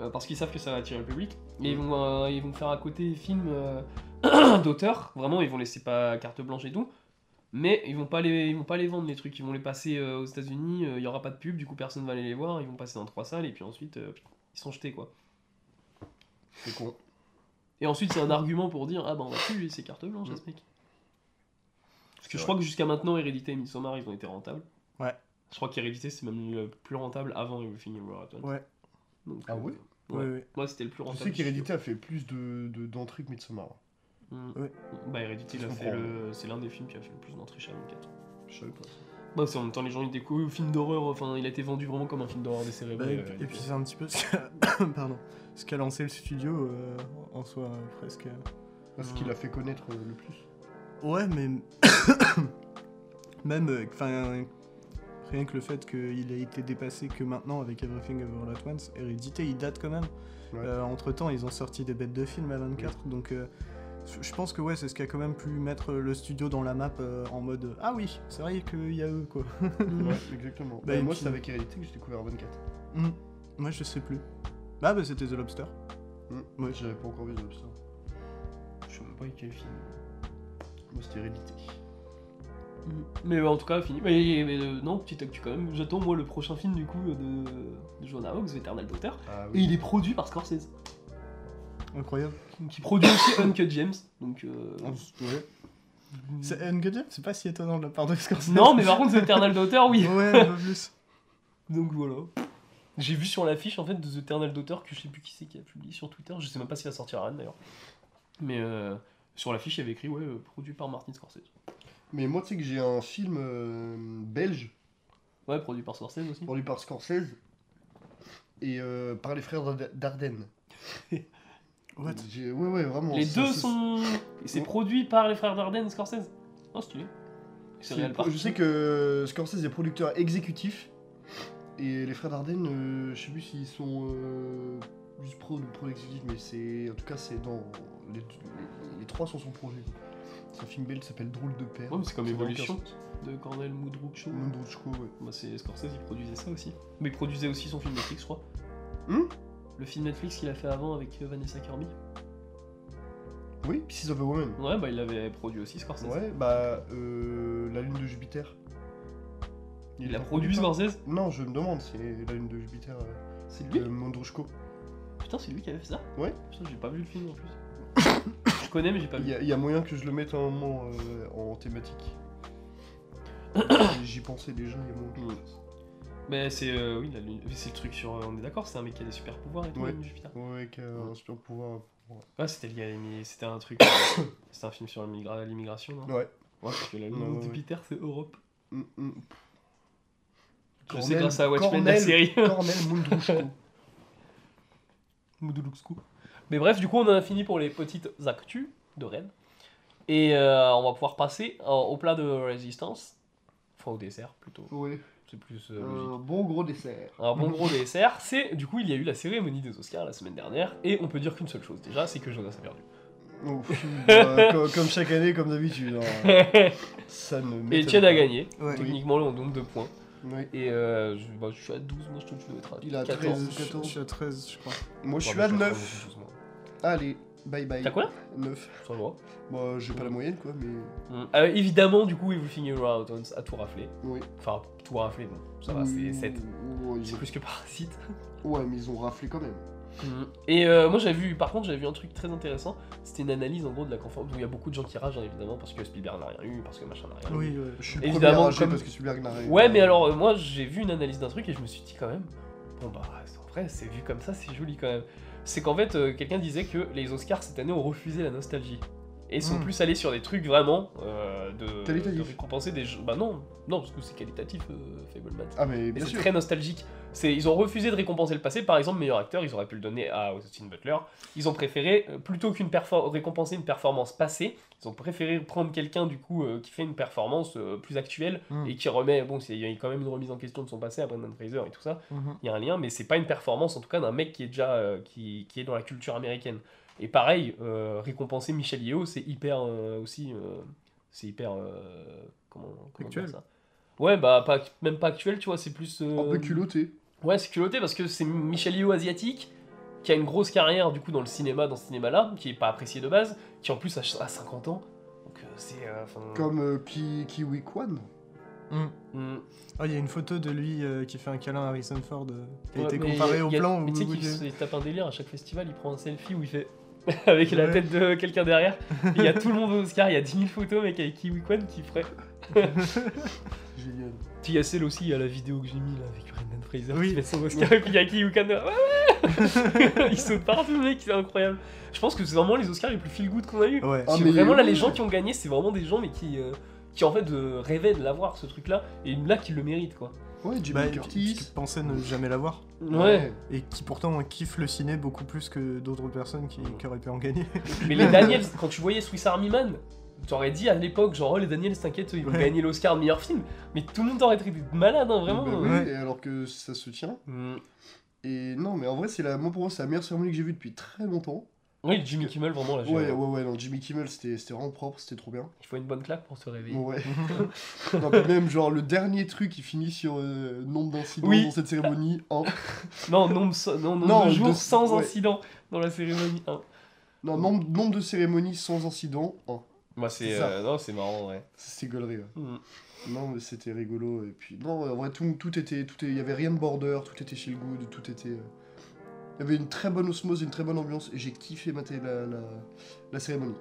[SPEAKER 1] euh, parce qu'ils savent que ça va attirer le public. Et ils vont, euh, ils vont faire à côté des films euh, d'auteurs. Vraiment, ils vont laisser pas carte blanche et tout. Mais ils vont pas les, ils vont pas les vendre les trucs. Ils vont les passer euh, aux États-Unis. euh, Il y aura pas de pub, du coup personne va aller les voir. Ils vont passer dans trois salles et puis ensuite euh, ils sont jetés quoi.
[SPEAKER 2] C'est con.
[SPEAKER 1] Et ensuite c'est un argument pour dire ah bah on va plus laisser carte
[SPEAKER 3] Mm.
[SPEAKER 1] blanche à ce mec. Parce que je crois que jusqu'à maintenant, Hérédité et Midsommar, ils ont été rentables.
[SPEAKER 3] Ouais.
[SPEAKER 1] Je crois qu'Hérédité, c'est même le plus rentable avant Everything Everywhere At Once.
[SPEAKER 3] Ouais.
[SPEAKER 1] Donc,
[SPEAKER 2] Ah ouais
[SPEAKER 1] Ouais.
[SPEAKER 3] Ouais, ouais.
[SPEAKER 1] Moi, c'était le plus
[SPEAKER 2] Je
[SPEAKER 1] rentable.
[SPEAKER 2] sais qu'Hérédité a fait plus de, de, d'entrées que Midsommar.
[SPEAKER 1] Mm.
[SPEAKER 3] Ouais.
[SPEAKER 1] Bah, Hérédité, il a
[SPEAKER 2] Je
[SPEAKER 1] fait
[SPEAKER 2] comprends.
[SPEAKER 1] le... c'est l'un des films qui a fait le plus d'entrées chez 24.
[SPEAKER 2] Je savais pas.
[SPEAKER 1] Bah, c'est en même temps, les gens, ils découvrent le film d'horreur. Enfin, il a été vendu vraiment comme un film d'horreur
[SPEAKER 3] Bah,
[SPEAKER 1] décérébré.
[SPEAKER 3] et,
[SPEAKER 1] euh,
[SPEAKER 3] puis- et
[SPEAKER 1] Hérédité.
[SPEAKER 3] puis c'est un petit peu ce qu'a pardon, ce qu'a lancé le studio euh, en soi euh, presque.
[SPEAKER 2] Ce
[SPEAKER 1] Hmm.
[SPEAKER 2] qu'il a fait connaître euh, le plus.
[SPEAKER 3] Ouais, mais même, euh, enfin, rien que le fait qu'il ait été dépassé que maintenant avec Everything Over At Once, Hérédité, il date quand même.
[SPEAKER 2] Ouais.
[SPEAKER 3] entre temps, ils ont sorti des bêtes de films à 24, donc euh, je pense que ouais, c'est ce qui a quand même pu mettre le studio dans la map euh, en mode euh, ah oui, c'est vrai qu'il y a eux quoi.
[SPEAKER 2] ouais, exactement.
[SPEAKER 3] Bah,
[SPEAKER 2] Bah,
[SPEAKER 3] et
[SPEAKER 2] moi
[SPEAKER 3] puis-
[SPEAKER 2] c'est avec Hérédité que j'ai découvert 24.
[SPEAKER 3] Hmm. Moi, je sais plus. Ah bah c'était The Lobster.
[SPEAKER 2] Hmm.
[SPEAKER 3] Ouais.
[SPEAKER 2] J'avais pas encore vu The Lobster.
[SPEAKER 1] Je sais même pas quel film.
[SPEAKER 2] Moi c'était Hérédité.
[SPEAKER 1] Mm. Mais euh, en tout cas, fini. Mais, mais, euh, non, petite actu quand même. J'attends, moi, le prochain film du coup euh, de, de Jonah Hawks, Eternal Daughter.
[SPEAKER 2] Ah
[SPEAKER 1] Et il est produit par Scorsese.
[SPEAKER 3] Incroyable.
[SPEAKER 1] qui produit aussi Uncut James. Donc, euh,
[SPEAKER 3] C'est Uncut Gems, c'est pas si étonnant de la part de Scorsese.
[SPEAKER 1] Non, mais par contre, The Eternal Daughter, oui.
[SPEAKER 3] Ouais, un peu plus.
[SPEAKER 1] Donc voilà. J'ai vu sur l'affiche en fait de The Eternal Daughter que je sais plus qui c'est qui a publié sur Twitter. Je sais même pas si ça sortira Rennes d'ailleurs. Mais euh, sur l'affiche, il y avait écrit ouais, euh, produit par Martin Scorsese.
[SPEAKER 2] Mais moi tu sais que j'ai un film euh, belge
[SPEAKER 1] Ouais, produit par Scorsese aussi.
[SPEAKER 2] produit par Scorsese et euh, par les frères Dard- Dardenne.
[SPEAKER 3] What
[SPEAKER 2] J'ai- Ouais, ouais, vraiment.
[SPEAKER 1] les
[SPEAKER 2] ça,
[SPEAKER 1] deux
[SPEAKER 2] ça,
[SPEAKER 1] sont. et C'est
[SPEAKER 2] Ouais.
[SPEAKER 1] produit par les frères Dardenne et Scorsese. Oh, stylé.
[SPEAKER 2] c'est-
[SPEAKER 1] C'est réel par.
[SPEAKER 2] Je sais que Scorsese est producteur exécutif et les frères Dardenne, euh, je sais plus s'ils sont euh, juste pro ou pro exécutif, mais c'est en tout cas c'est dans Les, les- les trois sont son projet. Son film belge s'appelle Drôle de père.
[SPEAKER 1] Ouais, mais c'est comme
[SPEAKER 2] Ça n'a aucun
[SPEAKER 1] Evolution
[SPEAKER 2] sens.
[SPEAKER 1] de Cornel Mudrukcho.
[SPEAKER 2] Mundruchko, ouais.
[SPEAKER 1] Bah, c'est Scorsese, il produisait ça aussi. Mais il produisait aussi son film Netflix, je crois.
[SPEAKER 2] Hum
[SPEAKER 1] le film Netflix qu'il a fait avant avec euh, Vanessa Kirby.
[SPEAKER 2] Oui, Pieces of a Woman.
[SPEAKER 1] Ouais, bah il l'avait produit aussi, Scorsese.
[SPEAKER 2] Ouais, bah, euh, la lune de Jupiter.
[SPEAKER 1] Il
[SPEAKER 2] a
[SPEAKER 1] a produit Scorsese
[SPEAKER 2] Non, je me demande, c'est la lune de Jupiter euh,
[SPEAKER 1] C'est
[SPEAKER 2] de
[SPEAKER 1] lui
[SPEAKER 2] Mondrushko.
[SPEAKER 1] Putain, c'est lui qui avait fait ça
[SPEAKER 2] Ouais.
[SPEAKER 1] Putain, j'ai pas vu le film en plus. je connais, mais j'ai pas
[SPEAKER 2] Il
[SPEAKER 1] vu.
[SPEAKER 2] y, a- il y a moyen que je le mette à un moment euh, en thématique. J'y pensais déjà, il y a moyen que je le
[SPEAKER 1] Mm.
[SPEAKER 2] fasse.
[SPEAKER 1] Mais c'est euh, oui, la lune- mais c'est le truc sur. euh, on est d'accord, c'est un mec qui a des super pouvoirs et tout,
[SPEAKER 2] Ouais.
[SPEAKER 1] la lune de Jupiter.
[SPEAKER 2] Ouais, qui a
[SPEAKER 1] Mm.
[SPEAKER 2] un super pouvoir.
[SPEAKER 1] Ouais, c'était lié à l'immigration. C'était un truc. c'était un film sur l'immigra- l'immigration, non
[SPEAKER 2] Ouais.
[SPEAKER 1] Ouais, parce que la
[SPEAKER 2] Ouais,
[SPEAKER 1] lune de
[SPEAKER 2] ouais.
[SPEAKER 1] Jupiter, c'est Europe.
[SPEAKER 2] Mm, mm.
[SPEAKER 1] je sais
[SPEAKER 2] Cornel-
[SPEAKER 1] grâce à Watchmen, la
[SPEAKER 2] Cornel-
[SPEAKER 1] série.
[SPEAKER 2] Cornel Mundrushko.
[SPEAKER 1] Mais bref, du coup, on en a fini pour les petites actus de Rennes. Et euh, on va pouvoir passer euh, au plat de résistance. Enfin, au dessert plutôt.
[SPEAKER 2] ouais.
[SPEAKER 1] C'est plus euh, logique.
[SPEAKER 2] Un bon gros dessert.
[SPEAKER 1] Un bon gros dessert, c'est du coup il y a eu la cérémonie des Oscars la semaine dernière et on peut dire qu'une seule chose déjà, c'est que Jonas a perdu.
[SPEAKER 2] Ouf, bah, comme, comme chaque année, comme d'habitude. hein. Ça
[SPEAKER 1] et
[SPEAKER 2] ne m'étonne
[SPEAKER 1] Etienne
[SPEAKER 2] pas.
[SPEAKER 1] a gagné,
[SPEAKER 3] Ouais.
[SPEAKER 1] techniquement le nombre de points.
[SPEAKER 2] Oui.
[SPEAKER 1] Et euh, je, bah, je suis à 12, moi je te tu dois être à
[SPEAKER 2] Il a
[SPEAKER 1] 14.
[SPEAKER 2] 13.
[SPEAKER 3] Je- Je suis à 13, je crois.
[SPEAKER 2] Moi, je
[SPEAKER 1] Ouais,
[SPEAKER 2] suis
[SPEAKER 1] bah,
[SPEAKER 2] à
[SPEAKER 1] je dois être
[SPEAKER 2] 9.
[SPEAKER 1] 12, moi.
[SPEAKER 2] Allez, bye bye.
[SPEAKER 1] T'as quoi
[SPEAKER 2] 9.
[SPEAKER 1] Ça va.
[SPEAKER 2] Bah, j'ai pas la moyenne, quoi, mais.
[SPEAKER 1] Mm. Euh, évidemment, du coup, Everything Everywhere At Once a tout raflé.
[SPEAKER 2] Oui.
[SPEAKER 1] Enfin, tout raflé, bon, ça va, c'est
[SPEAKER 2] Oui,
[SPEAKER 1] 7.
[SPEAKER 2] Ouais, ils
[SPEAKER 1] C'est
[SPEAKER 2] ont-
[SPEAKER 1] plus que parasite.
[SPEAKER 2] ouais, mais ils ont raflé quand même.
[SPEAKER 1] Et euh, moi j'avais vu, par contre j'avais vu un truc très intéressant, c'était une analyse en gros de la conférence, où il y a beaucoup de gens qui ragent hein, évidemment parce que Spielberg n'a rien eu, parce que machin n'a rien eu.
[SPEAKER 3] Oui, ouais.
[SPEAKER 2] Je suis le
[SPEAKER 1] Évidemment,
[SPEAKER 2] premier à rager
[SPEAKER 1] comme-
[SPEAKER 2] parce que Spielberg n'a rien.
[SPEAKER 1] Ouais mais alors euh, moi j'ai vu une analyse d'un truc et je me suis dit quand même, bon bah c'est en vrai c'est vu comme ça c'est joli quand même. C'est qu'en fait euh, quelqu'un disait que les Oscars cette année ont refusé la nostalgie. Et sont
[SPEAKER 3] Mm.
[SPEAKER 1] plus allés sur des trucs vraiment euh, de,
[SPEAKER 2] Qualitatif.
[SPEAKER 1] de récompenser des jeux. Bah non, non parce que c'est qualitatif euh, Fableman.
[SPEAKER 2] Ah, mais
[SPEAKER 1] Et
[SPEAKER 2] bien
[SPEAKER 1] c'est
[SPEAKER 2] sûr.
[SPEAKER 1] très nostalgique. C'est- Ils ont refusé de récompenser le passé. Par exemple, meilleur acteur, ils auraient pu le donner à Austin Butler. Ils ont préféré, euh, plutôt qu'une perfor- récompenser une performance passée, ils ont préféré prendre quelqu'un du coup euh, qui fait une performance euh, plus actuelle
[SPEAKER 2] Hmm.
[SPEAKER 3] Mm.
[SPEAKER 1] et qui remet. Bon, c'est- il y a quand même une remise en question de son passé à Brendan Fraser et tout ça.
[SPEAKER 2] Hmm.
[SPEAKER 3] Mhm.
[SPEAKER 1] Il y a un lien, mais c'est pas une performance en tout cas d'un mec qui est déjà euh, qui, qui est dans la culture américaine. Et pareil, euh, récompenser Michel Yeo, c'est hyper euh, aussi, euh, c'est hyper euh, comment, comment dire
[SPEAKER 3] Actuel.
[SPEAKER 1] ça Ouais, bah pas, même pas actuel, tu vois, c'est plus euh,
[SPEAKER 2] Un peu culotté.
[SPEAKER 1] Ouais, c'est culotté parce que c'est Michel Yeo asiatique qui a une grosse carrière du coup dans le cinéma, dans ce cinéma-là, qui est pas apprécié de base, qui en plus a, a 50 ans. Donc euh, c'est euh, enfin,
[SPEAKER 2] Comme euh, Ki- Kiwi Kwan.
[SPEAKER 3] Mm.
[SPEAKER 1] mm,
[SPEAKER 3] Ah, il y a une photo de lui euh, qui fait un câlin à Harrison Ford euh, qui
[SPEAKER 1] ouais,
[SPEAKER 3] a été
[SPEAKER 1] mais
[SPEAKER 3] comparé
[SPEAKER 1] y a-
[SPEAKER 3] au
[SPEAKER 1] y a-
[SPEAKER 3] plan
[SPEAKER 1] Mais
[SPEAKER 3] où
[SPEAKER 1] tu sais
[SPEAKER 3] où
[SPEAKER 1] qu'il
[SPEAKER 3] il-
[SPEAKER 1] se il tape un délire à chaque festival, il prend un selfie où il fait avec la
[SPEAKER 3] Ouais.
[SPEAKER 1] tête de quelqu'un derrière. Et Il y a tout le monde aux Oscar, il y a 10 000 photos mec avec Kiwi Kwan qui ferait.
[SPEAKER 2] Génial.
[SPEAKER 1] Puis il y a celle aussi, il y a la vidéo que j'ai mis là avec Brendan Fraser
[SPEAKER 3] Oui.
[SPEAKER 1] qui fait son Oscar et puis il y a Kiwi Kwan derrière. Ouais, ouais. il saute partout mec, c'est incroyable. Je pense que c'est vraiment les Oscars les plus feel good qu'on a eu.
[SPEAKER 3] Ouais.
[SPEAKER 2] Ah,
[SPEAKER 1] C'est
[SPEAKER 2] mais
[SPEAKER 1] vraiment là,
[SPEAKER 2] oui.
[SPEAKER 1] les gens qui ont gagné, c'est vraiment des gens mais qui, euh, qui en fait euh, rêvaient de l'avoir ce truc-là et là qui le méritent quoi.
[SPEAKER 2] Ouais, Jimmy
[SPEAKER 3] Bah, qui qui
[SPEAKER 2] Curtis.
[SPEAKER 3] pensait ne jamais l'avoir et qui pourtant kiffe le ciné beaucoup plus que d'autres personnes qui, qui auraient pu en gagner.
[SPEAKER 1] Mais les Daniels, quand tu voyais Swiss Army Man, t'aurais dit à l'époque genre oh, les Daniels t'inquiète ils vont
[SPEAKER 3] Ouais.
[SPEAKER 1] gagner l'Oscar de meilleur film, mais tout le monde t'aurait traité de malade hein, vraiment.
[SPEAKER 2] Bah oui,
[SPEAKER 3] ouais.
[SPEAKER 2] et alors que ça se tient.
[SPEAKER 1] Mm.
[SPEAKER 2] Et non, mais en vrai, c'est la... moi pour moi, c'est la meilleure cérémonie que j'ai vue depuis très longtemps.
[SPEAKER 1] Oui Jimmy Kimmel vraiment là. Ah, j'ai-
[SPEAKER 2] Ouais, ouais, ouais, non, Jimmy Kimmel, c'était c'était vraiment propre, c'était trop bien.
[SPEAKER 1] Il faut une bonne claque pour se réveiller.
[SPEAKER 2] Ouais. non, mais même, genre, le dernier truc, il finit sur euh, nombre d'incidents
[SPEAKER 1] Oui.
[SPEAKER 2] dans cette cérémonie. hein.
[SPEAKER 1] Non nombre so- non, nombre
[SPEAKER 2] Non,
[SPEAKER 1] de jours
[SPEAKER 2] de-
[SPEAKER 1] sans
[SPEAKER 2] ouais.
[SPEAKER 1] incident dans la cérémonie. hein.
[SPEAKER 2] Non, nombre, nombre de cérémonies sans incident. hein.
[SPEAKER 1] Bah
[SPEAKER 2] C'est
[SPEAKER 1] c'est
[SPEAKER 2] ça.
[SPEAKER 1] euh, non c'est marrant ouais.
[SPEAKER 2] C'est gaulerie, ouais.
[SPEAKER 1] Mm.
[SPEAKER 2] Non, mais c'était rigolo. Et puis, non, en vrai, tout, tout était. tout est- Il y avait rien de border, tout était chez le good, tout était. euh, Il y avait une très bonne osmose, une très bonne ambiance, et j'ai kiffé mater la, la, la cérémonie.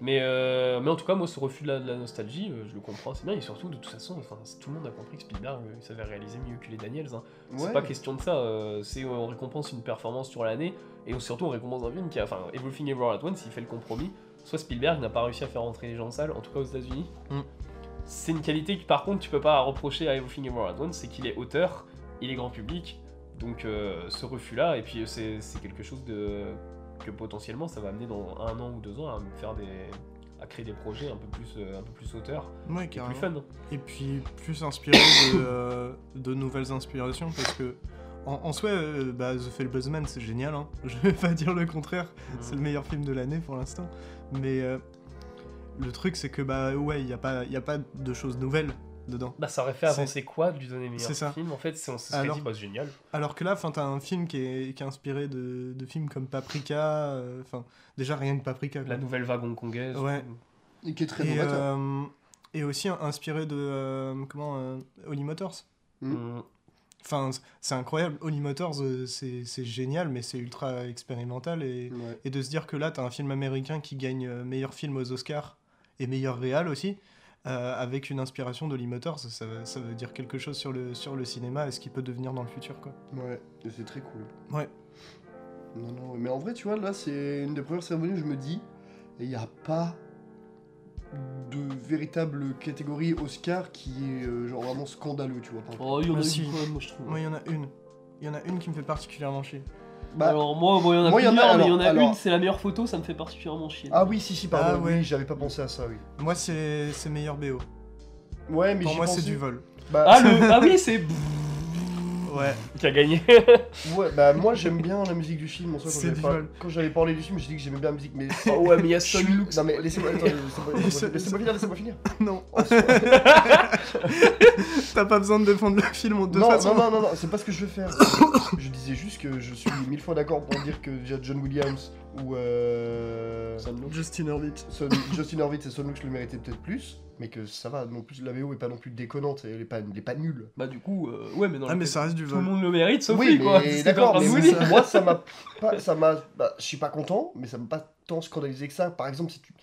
[SPEAKER 1] Mais, euh, mais en tout cas, moi, ce refus de la, de la nostalgie, euh, je le comprends, c'est bien. Et surtout, de toute façon, enfin, c- tout le monde a compris que Spielberg, euh, il savait réaliser mieux que les Daniels. hein. C'est
[SPEAKER 2] Ouais.
[SPEAKER 1] pas question de ça. euh, c'est euh, on récompense une performance sur l'année, et on- surtout, on récompense un film qui a. Enfin, Everything Everywhere at Once, il fait le compromis. Soit Spielberg n'a pas réussi à faire rentrer les gens en salle, en tout cas aux États-Unis.
[SPEAKER 3] Mm.
[SPEAKER 1] C'est une qualité que, par contre, tu peux pas reprocher à Everything Everywhere at Once, c'est qu'il est auteur, il est grand public. Donc, euh, ce refus-là, et puis euh, c'est c'est quelque chose de que potentiellement ça va amener dans un an ou deux ans à me faire des à créer des projets un peu plus euh, un peu plus auteurs
[SPEAKER 3] Ouais,
[SPEAKER 1] et
[SPEAKER 3] carrément. Mm.
[SPEAKER 1] plus fun.
[SPEAKER 3] Et puis plus inspiré de, euh, de nouvelles inspirations parce que En, en soi, euh, bah, The Fableman, c'est génial, hein. je vais pas dire le contraire, c'est le meilleur film de l'année pour l'instant. Mais euh, le truc, c'est que, bah ouais, il n'y a, pas- y a pas de choses nouvelles dedans.
[SPEAKER 1] Bah, ça aurait fait
[SPEAKER 3] C'est-
[SPEAKER 1] avancer quoi de lui donner meilleur
[SPEAKER 3] C'est ça.
[SPEAKER 1] film En fait, c'est- on se serait
[SPEAKER 3] Alors-
[SPEAKER 1] dit, bah, c'est génial.
[SPEAKER 3] Alors que là, enfin, t'as un film qui est, qui est inspiré de, de films comme Paprika, euh, enfin, déjà rien que Paprika. quoi.
[SPEAKER 1] La nouvelle vague hongkongaise.
[SPEAKER 3] Ouais.
[SPEAKER 2] Et qui est très
[SPEAKER 3] et,
[SPEAKER 2] novateur.
[SPEAKER 3] euh, et aussi un- inspiré de euh, comment euh, Holly Motors.
[SPEAKER 1] Mm.
[SPEAKER 3] Enfin, c- c'est incroyable. Holly Motors, euh, c'est c'est génial, mais c'est ultra expérimental. Et,
[SPEAKER 2] Ouais.
[SPEAKER 3] et de se dire que là, t'as un film américain qui gagne euh, meilleur film aux Oscars et meilleur réal aussi, euh, avec une inspiration d'Holly Motors, ça, veut- ça veut dire quelque chose sur le, sur le cinéma et ce qui peut devenir dans le futur. quoi.
[SPEAKER 2] Ouais, et c'est très cool.
[SPEAKER 3] Ouais.
[SPEAKER 2] Non, non, mais en vrai, tu vois, là, c'est une des premières cérémonies où je me dis, il n'y a pas de véritable catégorie Oscar qui est euh, genre vraiment scandaleux, tu vois. par rapport-
[SPEAKER 1] Oh, il y en a
[SPEAKER 3] Ah,
[SPEAKER 1] eu
[SPEAKER 3] si.
[SPEAKER 1] quand même, moi, je trouve.
[SPEAKER 3] Moi, il y en a une. Il y en a une qui me fait particulièrement chier.
[SPEAKER 2] Bah,
[SPEAKER 1] alors, moi, bon, il y en a
[SPEAKER 2] moi, il y en a-
[SPEAKER 1] plusieurs, mais il y en a
[SPEAKER 2] alors- alors-
[SPEAKER 1] une, c'est la meilleure photo, ça me fait particulièrement chier.
[SPEAKER 2] Ah oui, si, si, pardon,
[SPEAKER 3] Ah ouais.
[SPEAKER 2] oui, j'avais pas pensé à ça, oui.
[SPEAKER 3] Moi, c'est c'est meilleur BO.
[SPEAKER 2] Ouais, mais
[SPEAKER 3] Pour
[SPEAKER 2] j'y
[SPEAKER 3] moi, c'est
[SPEAKER 2] pensais.
[SPEAKER 3] du vol.
[SPEAKER 2] Bah,
[SPEAKER 1] Ah, le... ah oui, c'est.
[SPEAKER 3] Ouais.
[SPEAKER 1] Qui a gagné.
[SPEAKER 2] ouais, bah, moi, j'aime bien la musique du film, en soi, quand
[SPEAKER 3] C'est
[SPEAKER 2] j'avais
[SPEAKER 3] du
[SPEAKER 2] par-
[SPEAKER 3] vol.
[SPEAKER 2] quand j'avais parlé du film, j'ai dit que j'aimais bien la musique, mais...
[SPEAKER 1] Oh ouais, mais il y a
[SPEAKER 2] Je
[SPEAKER 1] Sony
[SPEAKER 2] suis-
[SPEAKER 1] Lux.
[SPEAKER 2] Non, mais laissez-moi attendez, laissez-moi-
[SPEAKER 3] Laissez-
[SPEAKER 2] laissez-moi- laissez-moi finir, laissez-moi finir.
[SPEAKER 3] Non,
[SPEAKER 2] En soi-
[SPEAKER 3] t'as pas besoin de défendre le film en deux
[SPEAKER 2] non,
[SPEAKER 3] façons.
[SPEAKER 2] non, non, non, non, c'est pas ce que je veux faire. je disais juste que je suis mille fois d'accord pour dire que déjà John Williams ou euh,
[SPEAKER 1] Ça me loupe.
[SPEAKER 3] Justin Hurwitz.
[SPEAKER 2] Son- Justin Horvitz et Son Lux le méritaient peut-être plus, mais que ça va, non plus la VO est pas non plus déconnante, elle est pas, elle est pas nulle.
[SPEAKER 1] Bah, du coup, euh, ouais, mais dans
[SPEAKER 3] Ah,
[SPEAKER 1] le-
[SPEAKER 3] mais ça reste du
[SPEAKER 1] Tout le
[SPEAKER 3] vol.
[SPEAKER 1] monde le mérite, sauf
[SPEAKER 2] oui,
[SPEAKER 1] lui, quoi.
[SPEAKER 2] mais
[SPEAKER 1] C'est
[SPEAKER 2] d'accord,
[SPEAKER 1] pas
[SPEAKER 2] mais
[SPEAKER 1] grave,
[SPEAKER 2] c'est-
[SPEAKER 1] oui.
[SPEAKER 2] moi ça m'a pas, ça m'a, bah, je suis pas content, mais ça m'a pas tant scandalisé que ça. Par exemple, si tu-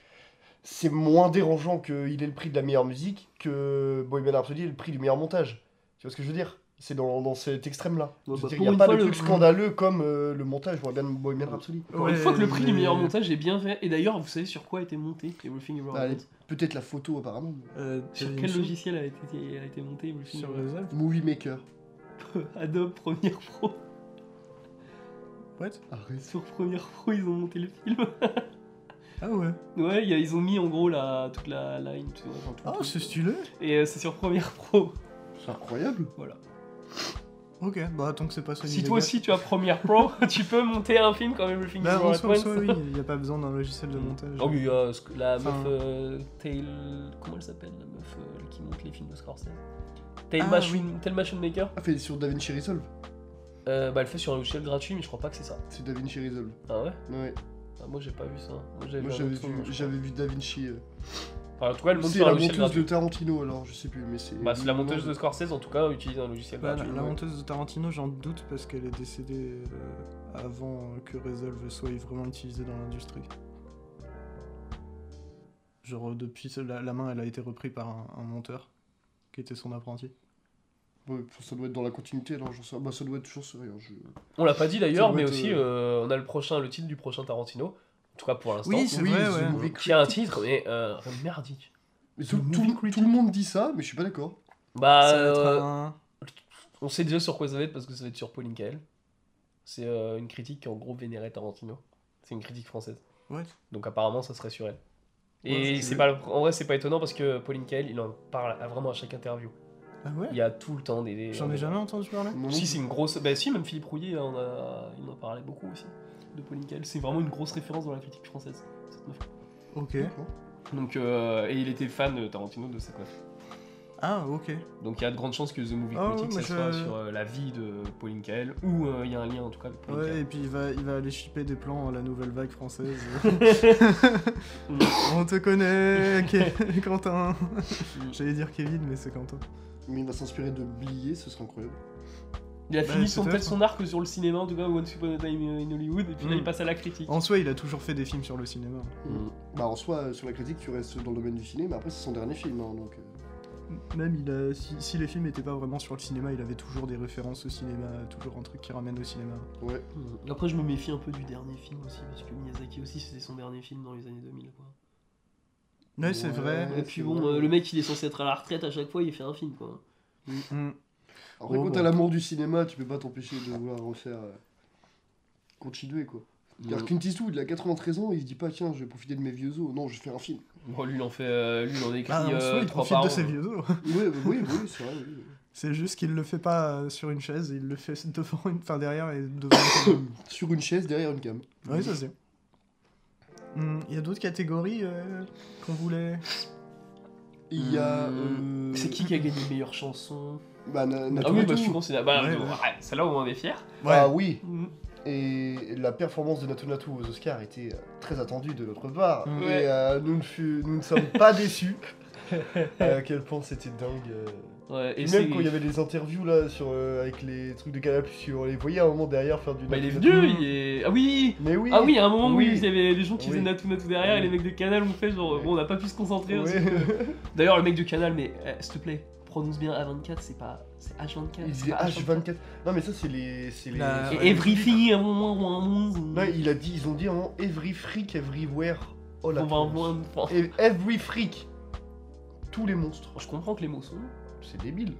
[SPEAKER 2] c'est moins dérangeant qu'il ait le prix de la meilleure musique que Bohemian Rhapsody ait le prix du meilleur montage. Tu vois ce que je veux dire C'est dans, dans cet extrême-là.
[SPEAKER 1] Ouais, bah, pour
[SPEAKER 2] C'est-à-dire, Il n'y a
[SPEAKER 1] une
[SPEAKER 2] pas
[SPEAKER 1] fois,
[SPEAKER 2] de
[SPEAKER 1] le-
[SPEAKER 2] truc scandaleux comme euh, le montage, je vois bien Bohemian Rhapsody.
[SPEAKER 1] Encore une
[SPEAKER 3] Ouais,
[SPEAKER 1] fois que le prix du
[SPEAKER 3] mais-
[SPEAKER 1] meilleur montage est bien fait. Et d'ailleurs, vous savez sur quoi a été monté Everything Everywhere
[SPEAKER 2] Bah,
[SPEAKER 1] All at
[SPEAKER 2] elle- Peut-être la photo apparemment. mais-
[SPEAKER 3] Euh,
[SPEAKER 1] Once Sur
[SPEAKER 3] t'as
[SPEAKER 1] quel
[SPEAKER 3] une-
[SPEAKER 1] logiciel a été, a été monté Everything
[SPEAKER 3] Sur
[SPEAKER 1] Everywhere
[SPEAKER 3] les œuvres
[SPEAKER 2] Movie Maker.
[SPEAKER 1] All at Once Adobe Premiere Pro.
[SPEAKER 3] What
[SPEAKER 2] Arrête.
[SPEAKER 1] Sur Premiere Pro, ils ont monté le film.
[SPEAKER 3] Ah ouais.
[SPEAKER 1] Ouais, il y a- ils ont mis en gros la, toute la line. tout- enfin, tout-
[SPEAKER 3] Ah,
[SPEAKER 1] tout-
[SPEAKER 3] c'est stylé.
[SPEAKER 1] Et euh, c'est sur Premiere Pro.
[SPEAKER 2] C'est incroyable.
[SPEAKER 1] Voilà.
[SPEAKER 3] Ok, bah tant que c'est pas Sony.
[SPEAKER 1] Si toi
[SPEAKER 3] Vegas.
[SPEAKER 1] aussi tu as Premiere Pro, tu peux monter un film comme Everything
[SPEAKER 3] Bah, en
[SPEAKER 1] Everywhere All
[SPEAKER 3] soi, en
[SPEAKER 1] at
[SPEAKER 3] soi,
[SPEAKER 1] Once.
[SPEAKER 3] oui, il n'y a pas besoin d'un logiciel de montage.
[SPEAKER 1] Oh, oui, euh, ce que- la meuf.
[SPEAKER 3] Enfin-
[SPEAKER 1] euh, Tail. Comment elle s'appelle La meuf euh, qui monte les films de Scorsese Tail,
[SPEAKER 3] Ah,
[SPEAKER 1] Machine, Tail Machine Maker
[SPEAKER 2] Ah, fait sur DaVinci Resolve.
[SPEAKER 1] Euh, bah, elle fait sur un logiciel gratuit, mais je crois pas que c'est ça.
[SPEAKER 2] C'est DaVinci Resolve.
[SPEAKER 1] Ah ouais
[SPEAKER 2] Ouais.
[SPEAKER 1] Ah, Moi j'ai pas vu ça. Moi j'avais
[SPEAKER 2] Moi
[SPEAKER 1] vu un
[SPEAKER 2] j'avais
[SPEAKER 1] autre film, je
[SPEAKER 2] vu,
[SPEAKER 1] crois.
[SPEAKER 2] j'avais vu DaVinci. euh,
[SPEAKER 1] Enfin, en tout cas, elle monte
[SPEAKER 2] C'est
[SPEAKER 1] sur un
[SPEAKER 2] la
[SPEAKER 1] logiciel
[SPEAKER 2] monteuse
[SPEAKER 1] gratuit.
[SPEAKER 2] de Tarantino, alors je sais plus, mais c'est.
[SPEAKER 1] Bah, c'est la monteuse de Scorsese en tout cas utilise un logiciel
[SPEAKER 3] Bah, la,
[SPEAKER 1] gratuit.
[SPEAKER 3] la
[SPEAKER 2] ouais.
[SPEAKER 3] monteuse de Tarantino, j'en doute parce qu'elle est décédée euh, avant que Resolve soit vraiment utilisé dans l'industrie. Genre, euh, depuis, ce- la, la main, elle a été reprise par un, un monteur qui était son apprenti.
[SPEAKER 2] Ouais, ça doit être dans la continuité, alors j'en sais. Bah, ça doit être toujours ça. rien, je-
[SPEAKER 1] On l'a pas dit d'ailleurs,
[SPEAKER 2] Ça doit
[SPEAKER 1] mais
[SPEAKER 2] être,
[SPEAKER 1] aussi
[SPEAKER 2] euh,
[SPEAKER 1] euh, on a le prochain, le titre du prochain Tarantino. En tout cas pour l'instant.
[SPEAKER 3] Oui, c'est
[SPEAKER 2] Oui,
[SPEAKER 3] vrai,
[SPEAKER 2] The
[SPEAKER 3] ouais.
[SPEAKER 2] Movie
[SPEAKER 1] qui a un titre, mais euh, merdique.
[SPEAKER 2] Mais tout,
[SPEAKER 1] The
[SPEAKER 2] tout-
[SPEAKER 1] Movie Critic.
[SPEAKER 2] tout le monde dit ça, mais je suis pas d'accord.
[SPEAKER 1] Bah,
[SPEAKER 3] Ça va être
[SPEAKER 1] euh,
[SPEAKER 3] un-
[SPEAKER 1] on sait déjà sur quoi ça va être parce que ça va être sur Pauline Kael. C'est euh, une critique qui en gros vénérait Tarantino. C'est une critique française.
[SPEAKER 3] Ouais.
[SPEAKER 1] Donc apparemment, ça serait sur elle.
[SPEAKER 3] Ouais,
[SPEAKER 1] Et
[SPEAKER 3] c'est
[SPEAKER 1] c'est pas, en vrai, c'est pas étonnant parce que Pauline Kael, il en parle à vraiment à chaque interview.
[SPEAKER 3] Ah ouais
[SPEAKER 1] Il y a tout le temps des. des-
[SPEAKER 3] J'en ai jamais entendu parler.
[SPEAKER 2] Non, non,
[SPEAKER 1] Si, c'est une grosse. Bah, si, même Philippe Rouillet, on a... il en parlait beaucoup aussi de Pauline Kael. C'est vraiment une grosse référence dans la critique française, cette meuf.
[SPEAKER 3] Ok.
[SPEAKER 2] d'accord.
[SPEAKER 1] Donc, euh, et il était fan de Tarantino de cette meuf.
[SPEAKER 3] Ah, ok.
[SPEAKER 1] Donc, il y a de grandes chances que The Movie
[SPEAKER 3] Ah ouais,
[SPEAKER 1] Critic,
[SPEAKER 3] mais
[SPEAKER 1] ça
[SPEAKER 3] je-
[SPEAKER 1] soit sur euh, la vie de Pauline Kael, ou euh, il y a un lien en tout cas avec Pauline
[SPEAKER 3] Ouais,
[SPEAKER 1] Kael.
[SPEAKER 3] et puis il va, il va aller shipper des plans à la nouvelle vague française. On te connaît, Ke- Quentin.
[SPEAKER 1] Mm.
[SPEAKER 3] J'allais dire Kevin, mais c'est Quentin.
[SPEAKER 2] Mais il va s'inspirer de Billet, ce serait incroyable.
[SPEAKER 1] Il a
[SPEAKER 3] Bah,
[SPEAKER 1] fini son,
[SPEAKER 3] peut-être.
[SPEAKER 1] peut-être son arc sur le cinéma, en tout cas, Once Upon a Time in Hollywood, et puis là,
[SPEAKER 3] Mm.
[SPEAKER 1] il passe à la critique.
[SPEAKER 3] En soi, il a toujours fait des films sur le cinéma.
[SPEAKER 1] Mm.
[SPEAKER 2] Bah, en soi, euh, sur la critique, tu restes dans le domaine du cinéma, mais après, c'est son dernier film, hein, donc. euh,
[SPEAKER 3] Même il a, si, si les films n'étaient pas vraiment sur le cinéma, il avait toujours des références au cinéma, toujours un truc qui ramène au cinéma.
[SPEAKER 2] Ouais.
[SPEAKER 1] Mm. Après, je me méfie un peu du dernier film aussi, parce que Miyazaki aussi, c'était son dernier film dans les années 2000. Quoi.
[SPEAKER 3] Ouais, c'est
[SPEAKER 2] Ouais.
[SPEAKER 3] vrai.
[SPEAKER 1] Et puis
[SPEAKER 2] c'est
[SPEAKER 1] bon,
[SPEAKER 2] vrai.
[SPEAKER 1] euh, le mec, il est censé être à la retraite à chaque fois, il fait un film, quoi.
[SPEAKER 3] Mm.
[SPEAKER 2] Après,
[SPEAKER 3] Oh,
[SPEAKER 2] quand
[SPEAKER 3] bon.
[SPEAKER 1] bah.
[SPEAKER 2] t'as l'amour du cinéma, tu peux pas t'empêcher de vouloir refaire. euh, Continuer quoi. Alors Clint Eastwood, il a 93 ans, il se dit pas tiens, je vais profiter de mes vieux os. Non, je vais faire un film.
[SPEAKER 1] Bon, lui, il en fait, euh, lui, il en écrit
[SPEAKER 3] Bah, en
[SPEAKER 1] euh,
[SPEAKER 3] soi, il
[SPEAKER 1] trois
[SPEAKER 3] profite
[SPEAKER 1] par
[SPEAKER 3] de
[SPEAKER 1] an.
[SPEAKER 3] ses vieux os.
[SPEAKER 2] oui, oui, oui, c'est vrai. oui, oui.
[SPEAKER 3] C'est juste qu'il le fait pas euh, sur une chaise, il le fait devant une... enfin, derrière et devant une caméra.
[SPEAKER 2] Sur une chaise derrière une cam.
[SPEAKER 3] Oui, ça c'est. Hmm, Il y a d'autres catégories euh, qu'on voulait.
[SPEAKER 2] Il y a.
[SPEAKER 1] Hmm.
[SPEAKER 2] euh,
[SPEAKER 1] C'est qui qui a gagné meilleure chanson
[SPEAKER 2] Bah, Na-
[SPEAKER 1] Ah
[SPEAKER 2] Natoo
[SPEAKER 1] oui,
[SPEAKER 2] et
[SPEAKER 1] bah,
[SPEAKER 2] tout.
[SPEAKER 1] je suis considéré. Bah,
[SPEAKER 3] Ouais,
[SPEAKER 1] euh,
[SPEAKER 3] ouais.
[SPEAKER 1] ouais, celle-là, au moins, on est fiers.
[SPEAKER 2] Ah oui.
[SPEAKER 1] Mm.
[SPEAKER 2] Et la performance de Natoo Natoo aux Oscars était euh, très attendue de notre part.
[SPEAKER 3] Mm.
[SPEAKER 1] Ouais.
[SPEAKER 2] Et euh, nous, ne fû- nous ne sommes pas déçus. Euh, à quel point c'était dingue. euh.
[SPEAKER 1] Ouais,
[SPEAKER 2] Et
[SPEAKER 1] et
[SPEAKER 2] même
[SPEAKER 1] c'est-
[SPEAKER 2] quand il y avait des interviews là sur, euh, avec les trucs de Canal+, on les voyait à un moment derrière faire du.
[SPEAKER 1] Bah, il est
[SPEAKER 2] Natoo
[SPEAKER 1] venu,
[SPEAKER 2] Natoo.
[SPEAKER 1] il est. Ah oui
[SPEAKER 2] Mais oui.
[SPEAKER 1] Ah oui, à un moment
[SPEAKER 2] Oui.
[SPEAKER 1] où il y avait les gens qui
[SPEAKER 2] Oui.
[SPEAKER 1] faisaient Natou Natou derrière et les mecs de Canal ont fait genre,
[SPEAKER 2] Ouais.
[SPEAKER 1] bon, on n'a pas pu se concentrer.
[SPEAKER 2] Ouais.
[SPEAKER 1] parce que- D'ailleurs, le mec de Canal, mais eh, s'il te plaît, prononce bien A24, c'est pas. C'est H24.
[SPEAKER 2] Il
[SPEAKER 1] c'est
[SPEAKER 2] disait
[SPEAKER 1] pas
[SPEAKER 2] H24. Non mais ça c'est les, c'est les.
[SPEAKER 3] La-
[SPEAKER 2] c'est
[SPEAKER 1] Et
[SPEAKER 2] les
[SPEAKER 1] everything, à un moment ou un move.
[SPEAKER 2] Non, il a dit, ils ont dit un moment every freak everywhere. Oh la
[SPEAKER 1] On va un
[SPEAKER 2] prononce.
[SPEAKER 1] moins. enfin,
[SPEAKER 2] Et every freak. Tous les monstres.
[SPEAKER 1] Je comprends que les mots sont.
[SPEAKER 2] C'est débile.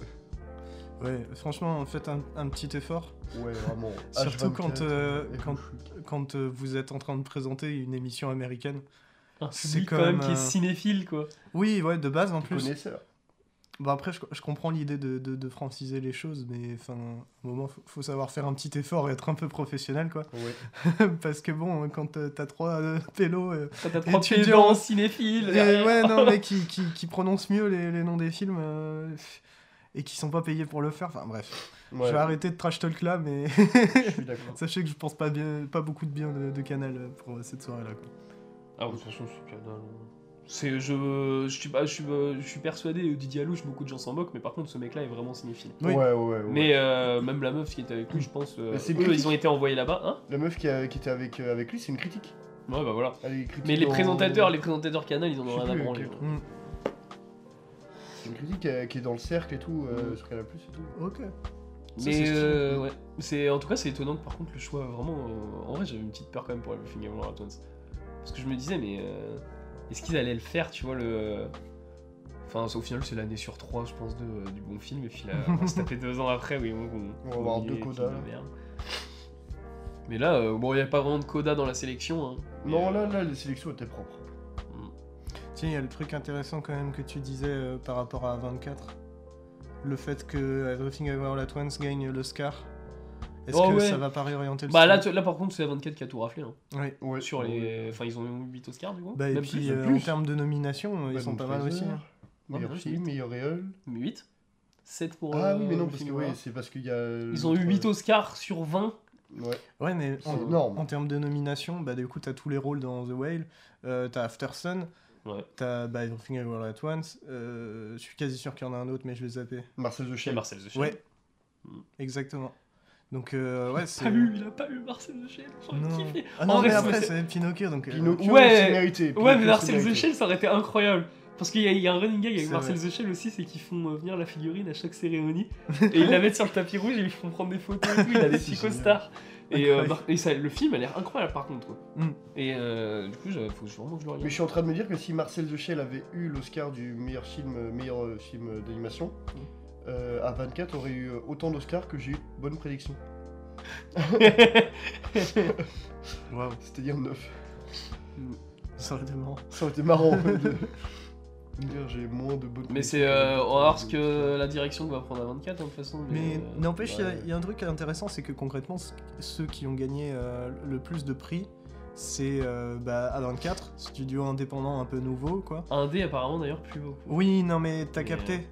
[SPEAKER 3] Ouais, franchement, faites un, un petit effort.
[SPEAKER 2] Ouais, vraiment.
[SPEAKER 1] Ah,
[SPEAKER 3] Surtout
[SPEAKER 2] H24,
[SPEAKER 3] quand, euh,
[SPEAKER 2] every
[SPEAKER 3] quand-
[SPEAKER 2] freak.
[SPEAKER 3] Quand euh, vous êtes en train de présenter une émission américaine.
[SPEAKER 1] Un
[SPEAKER 3] C'est
[SPEAKER 1] public quand
[SPEAKER 3] quand
[SPEAKER 1] même
[SPEAKER 3] même,
[SPEAKER 1] qui est
[SPEAKER 3] euh,
[SPEAKER 1] cinéphile, quoi.
[SPEAKER 3] Oui, ouais, de base en plus.
[SPEAKER 2] Connaisseur.
[SPEAKER 3] Bon Bah, après, je, je comprends l'idée de, de- de franciser les choses, mais enfin, à un moment, faut, faut savoir faire un petit effort et être un peu professionnel, quoi.
[SPEAKER 2] Ouais.
[SPEAKER 3] Parce que bon, quand euh, t'as trois euh, pélos, euh,
[SPEAKER 1] Quand t'as trois
[SPEAKER 3] Étudiant.
[SPEAKER 1] étudiants cinéphiles.
[SPEAKER 3] et- ouais, non, mais qui, qui, qui prononcent mieux les, les noms des films euh, et qui sont pas payés pour le faire. Enfin bref,
[SPEAKER 2] Ouais,
[SPEAKER 3] je vais arrêter de trash talk là, mais
[SPEAKER 2] je suis d'accord.
[SPEAKER 3] sachez que je pense pas bien, pas beaucoup de bien de, de Canal euh, pour euh, cette soirée là. Quoi.
[SPEAKER 1] Ah, de toute façon, c'est Canal. C'est, je, je, suis, pas- je, suis, euh, je suis persuadé, Didier Alouche, beaucoup de gens s'en moquent, mais par contre, ce mec-là est vraiment cinéphile.
[SPEAKER 3] Oui.
[SPEAKER 2] Ouais, ouais, ouais.
[SPEAKER 1] Mais euh, même la meuf qui était avec lui, je pense, euh,
[SPEAKER 2] Mais c'est
[SPEAKER 1] eux,
[SPEAKER 2] critique.
[SPEAKER 1] ils ont été envoyés là-bas, hein
[SPEAKER 2] La meuf qui, a- qui était avec, euh, avec lui, c'est une critique.
[SPEAKER 1] Ouais, bah voilà.
[SPEAKER 2] Elle est critique
[SPEAKER 1] Mais les
[SPEAKER 2] en-
[SPEAKER 1] présentateurs, les présentateurs Canal, ils en
[SPEAKER 2] Je
[SPEAKER 1] ont
[SPEAKER 2] sais
[SPEAKER 1] rien à
[SPEAKER 2] plus,
[SPEAKER 1] branler.
[SPEAKER 2] ok.
[SPEAKER 1] quoi.
[SPEAKER 3] Hmm,
[SPEAKER 2] C'est une critique euh, qui est dans le cercle et tout, euh,
[SPEAKER 1] Mm.
[SPEAKER 2] sur Canal+, et tout.
[SPEAKER 3] Ok. Ça,
[SPEAKER 1] Mais
[SPEAKER 3] c'est stylé.
[SPEAKER 1] euh, ouais, c'est en tout cas c'est étonnant que par contre le choix vraiment. euh, en vrai j'avais une petite peur quand même pour Everything Everywhere At Once. parce que je me disais mais euh, est-ce qu'ils allaient le faire tu vois le. euh, Enfin au final c'est l'année sur trois je pense de, euh, du bon film et puis là on va se taper deux ans après oui bon,
[SPEAKER 2] On va avoir deux codas.
[SPEAKER 1] Mais là euh, bon il n'y a pas vraiment de coda dans la sélection. Hein, Mais,
[SPEAKER 2] Non,
[SPEAKER 1] euh,
[SPEAKER 2] là, là, les sélections étaient propres.
[SPEAKER 3] Tiens, il y a le truc intéressant quand même que tu disais euh, par rapport à 24. Le fait que euh, Everything Everywhere All At Once gagne l'Oscar. Est-ce
[SPEAKER 1] Oh
[SPEAKER 3] que
[SPEAKER 1] ouais.
[SPEAKER 3] ça va pas réorienter le
[SPEAKER 1] Bah là,
[SPEAKER 3] score
[SPEAKER 1] tu- là par contre c'est la 24 qui a tout raflé hein.
[SPEAKER 3] Ouais.
[SPEAKER 2] Ouais.
[SPEAKER 1] sur les enfin ils ont eu 8 Oscars du coup
[SPEAKER 3] Bah, et
[SPEAKER 1] Même
[SPEAKER 3] puis
[SPEAKER 1] plus.
[SPEAKER 3] euh, en
[SPEAKER 2] plus.
[SPEAKER 3] termes de nomination, ils sont pas mal aussi. hein.
[SPEAKER 2] Meilleur
[SPEAKER 1] Ouais,
[SPEAKER 2] film,
[SPEAKER 1] c'est-
[SPEAKER 2] meilleur réel.
[SPEAKER 1] Mais 8 7 pour
[SPEAKER 2] Ah oui, mais non,
[SPEAKER 1] euh,
[SPEAKER 2] parce que
[SPEAKER 1] Everything
[SPEAKER 2] oui,
[SPEAKER 1] Everywhere.
[SPEAKER 2] c'est parce qu'il y a. euh,
[SPEAKER 1] Ils ont eu 8 Oscars sur 20.
[SPEAKER 2] Ouais.
[SPEAKER 3] Ouais, mais
[SPEAKER 2] C'est
[SPEAKER 3] en,
[SPEAKER 2] énorme.
[SPEAKER 3] en termes de nomination, bah, du coup, t'as tous les rôles dans The Whale, euh, t'as Aftersun,
[SPEAKER 1] Ouais.
[SPEAKER 3] t'as bah, Everything Everywhere All At Once. euh, je suis quasi sûr qu'il y en a un autre, mais je vais zapper.
[SPEAKER 2] Marcel de
[SPEAKER 1] Chez
[SPEAKER 2] Chien.
[SPEAKER 1] Marcel The
[SPEAKER 3] Ouais.
[SPEAKER 1] Mm.
[SPEAKER 3] Exactement. Donc, euh, ouais, c'est.
[SPEAKER 1] Pas lu, il a pas lu Marcel The Shell.
[SPEAKER 3] Non.
[SPEAKER 1] J'aurais kiffé.
[SPEAKER 3] Ah
[SPEAKER 1] En
[SPEAKER 3] non,
[SPEAKER 1] vrai,
[SPEAKER 3] mais
[SPEAKER 1] c'est-
[SPEAKER 3] après,
[SPEAKER 1] c'est-
[SPEAKER 3] c'est Pinocchio, donc. euh,
[SPEAKER 2] Pinocchio,
[SPEAKER 1] Ouais.
[SPEAKER 2] c'est mérité.
[SPEAKER 1] Ouais,
[SPEAKER 2] Pinocchio,
[SPEAKER 1] mais
[SPEAKER 2] c'est
[SPEAKER 1] Marcel The
[SPEAKER 2] mérité.
[SPEAKER 1] Shell, ça aurait été incroyable. Parce qu'il y, a- il y a un running gag avec
[SPEAKER 3] C'est
[SPEAKER 1] Marcel The Shell aussi, c'est qu'ils font euh, venir la figurine à chaque cérémonie et ils la mettent sur le tapis rouge et ils font prendre des photos et tout. Il a des
[SPEAKER 3] C'est
[SPEAKER 1] petits
[SPEAKER 3] génial.
[SPEAKER 1] costards. Et, euh,
[SPEAKER 3] Incroyable.
[SPEAKER 1] Mar- et ça, le film a l'air incroyable par contre. quoi.
[SPEAKER 3] Mm.
[SPEAKER 1] Et euh, du coup, j'ai- faut vraiment que je le
[SPEAKER 2] Mais
[SPEAKER 1] regarde.
[SPEAKER 2] je suis en train de me dire que si Marcel Dechel avait eu l'Oscar du meilleur film, euh, meilleur euh, film euh, d'animation,
[SPEAKER 1] Mm.
[SPEAKER 2] euh, à 24 aurait eu euh, autant d'Oscars que j'ai eu de bonnes prédictions.
[SPEAKER 3] Waouh,
[SPEAKER 2] C'est-à-dire 9.
[SPEAKER 3] ça aurait été marrant.
[SPEAKER 2] Ça aurait été marrant de de dire j'ai moins de bonnes
[SPEAKER 1] Mais
[SPEAKER 2] prédictions
[SPEAKER 1] c'est.
[SPEAKER 2] que-
[SPEAKER 1] euh, on va voir ce que la direction que va prendre à 24 hein, de toute façon.
[SPEAKER 3] Mais
[SPEAKER 1] euh,
[SPEAKER 3] n'empêche, il y a-
[SPEAKER 2] ouais.
[SPEAKER 3] il y, a un truc intéressant, c'est que concrètement, c- ceux qui ont gagné euh, le plus de prix, c'est euh, bah, A24, studio indépendant un peu nouveau, quoi.
[SPEAKER 1] Un dé apparemment d'ailleurs plus beau.
[SPEAKER 3] Oui, non, mais t'as
[SPEAKER 1] Mais,
[SPEAKER 3] capté.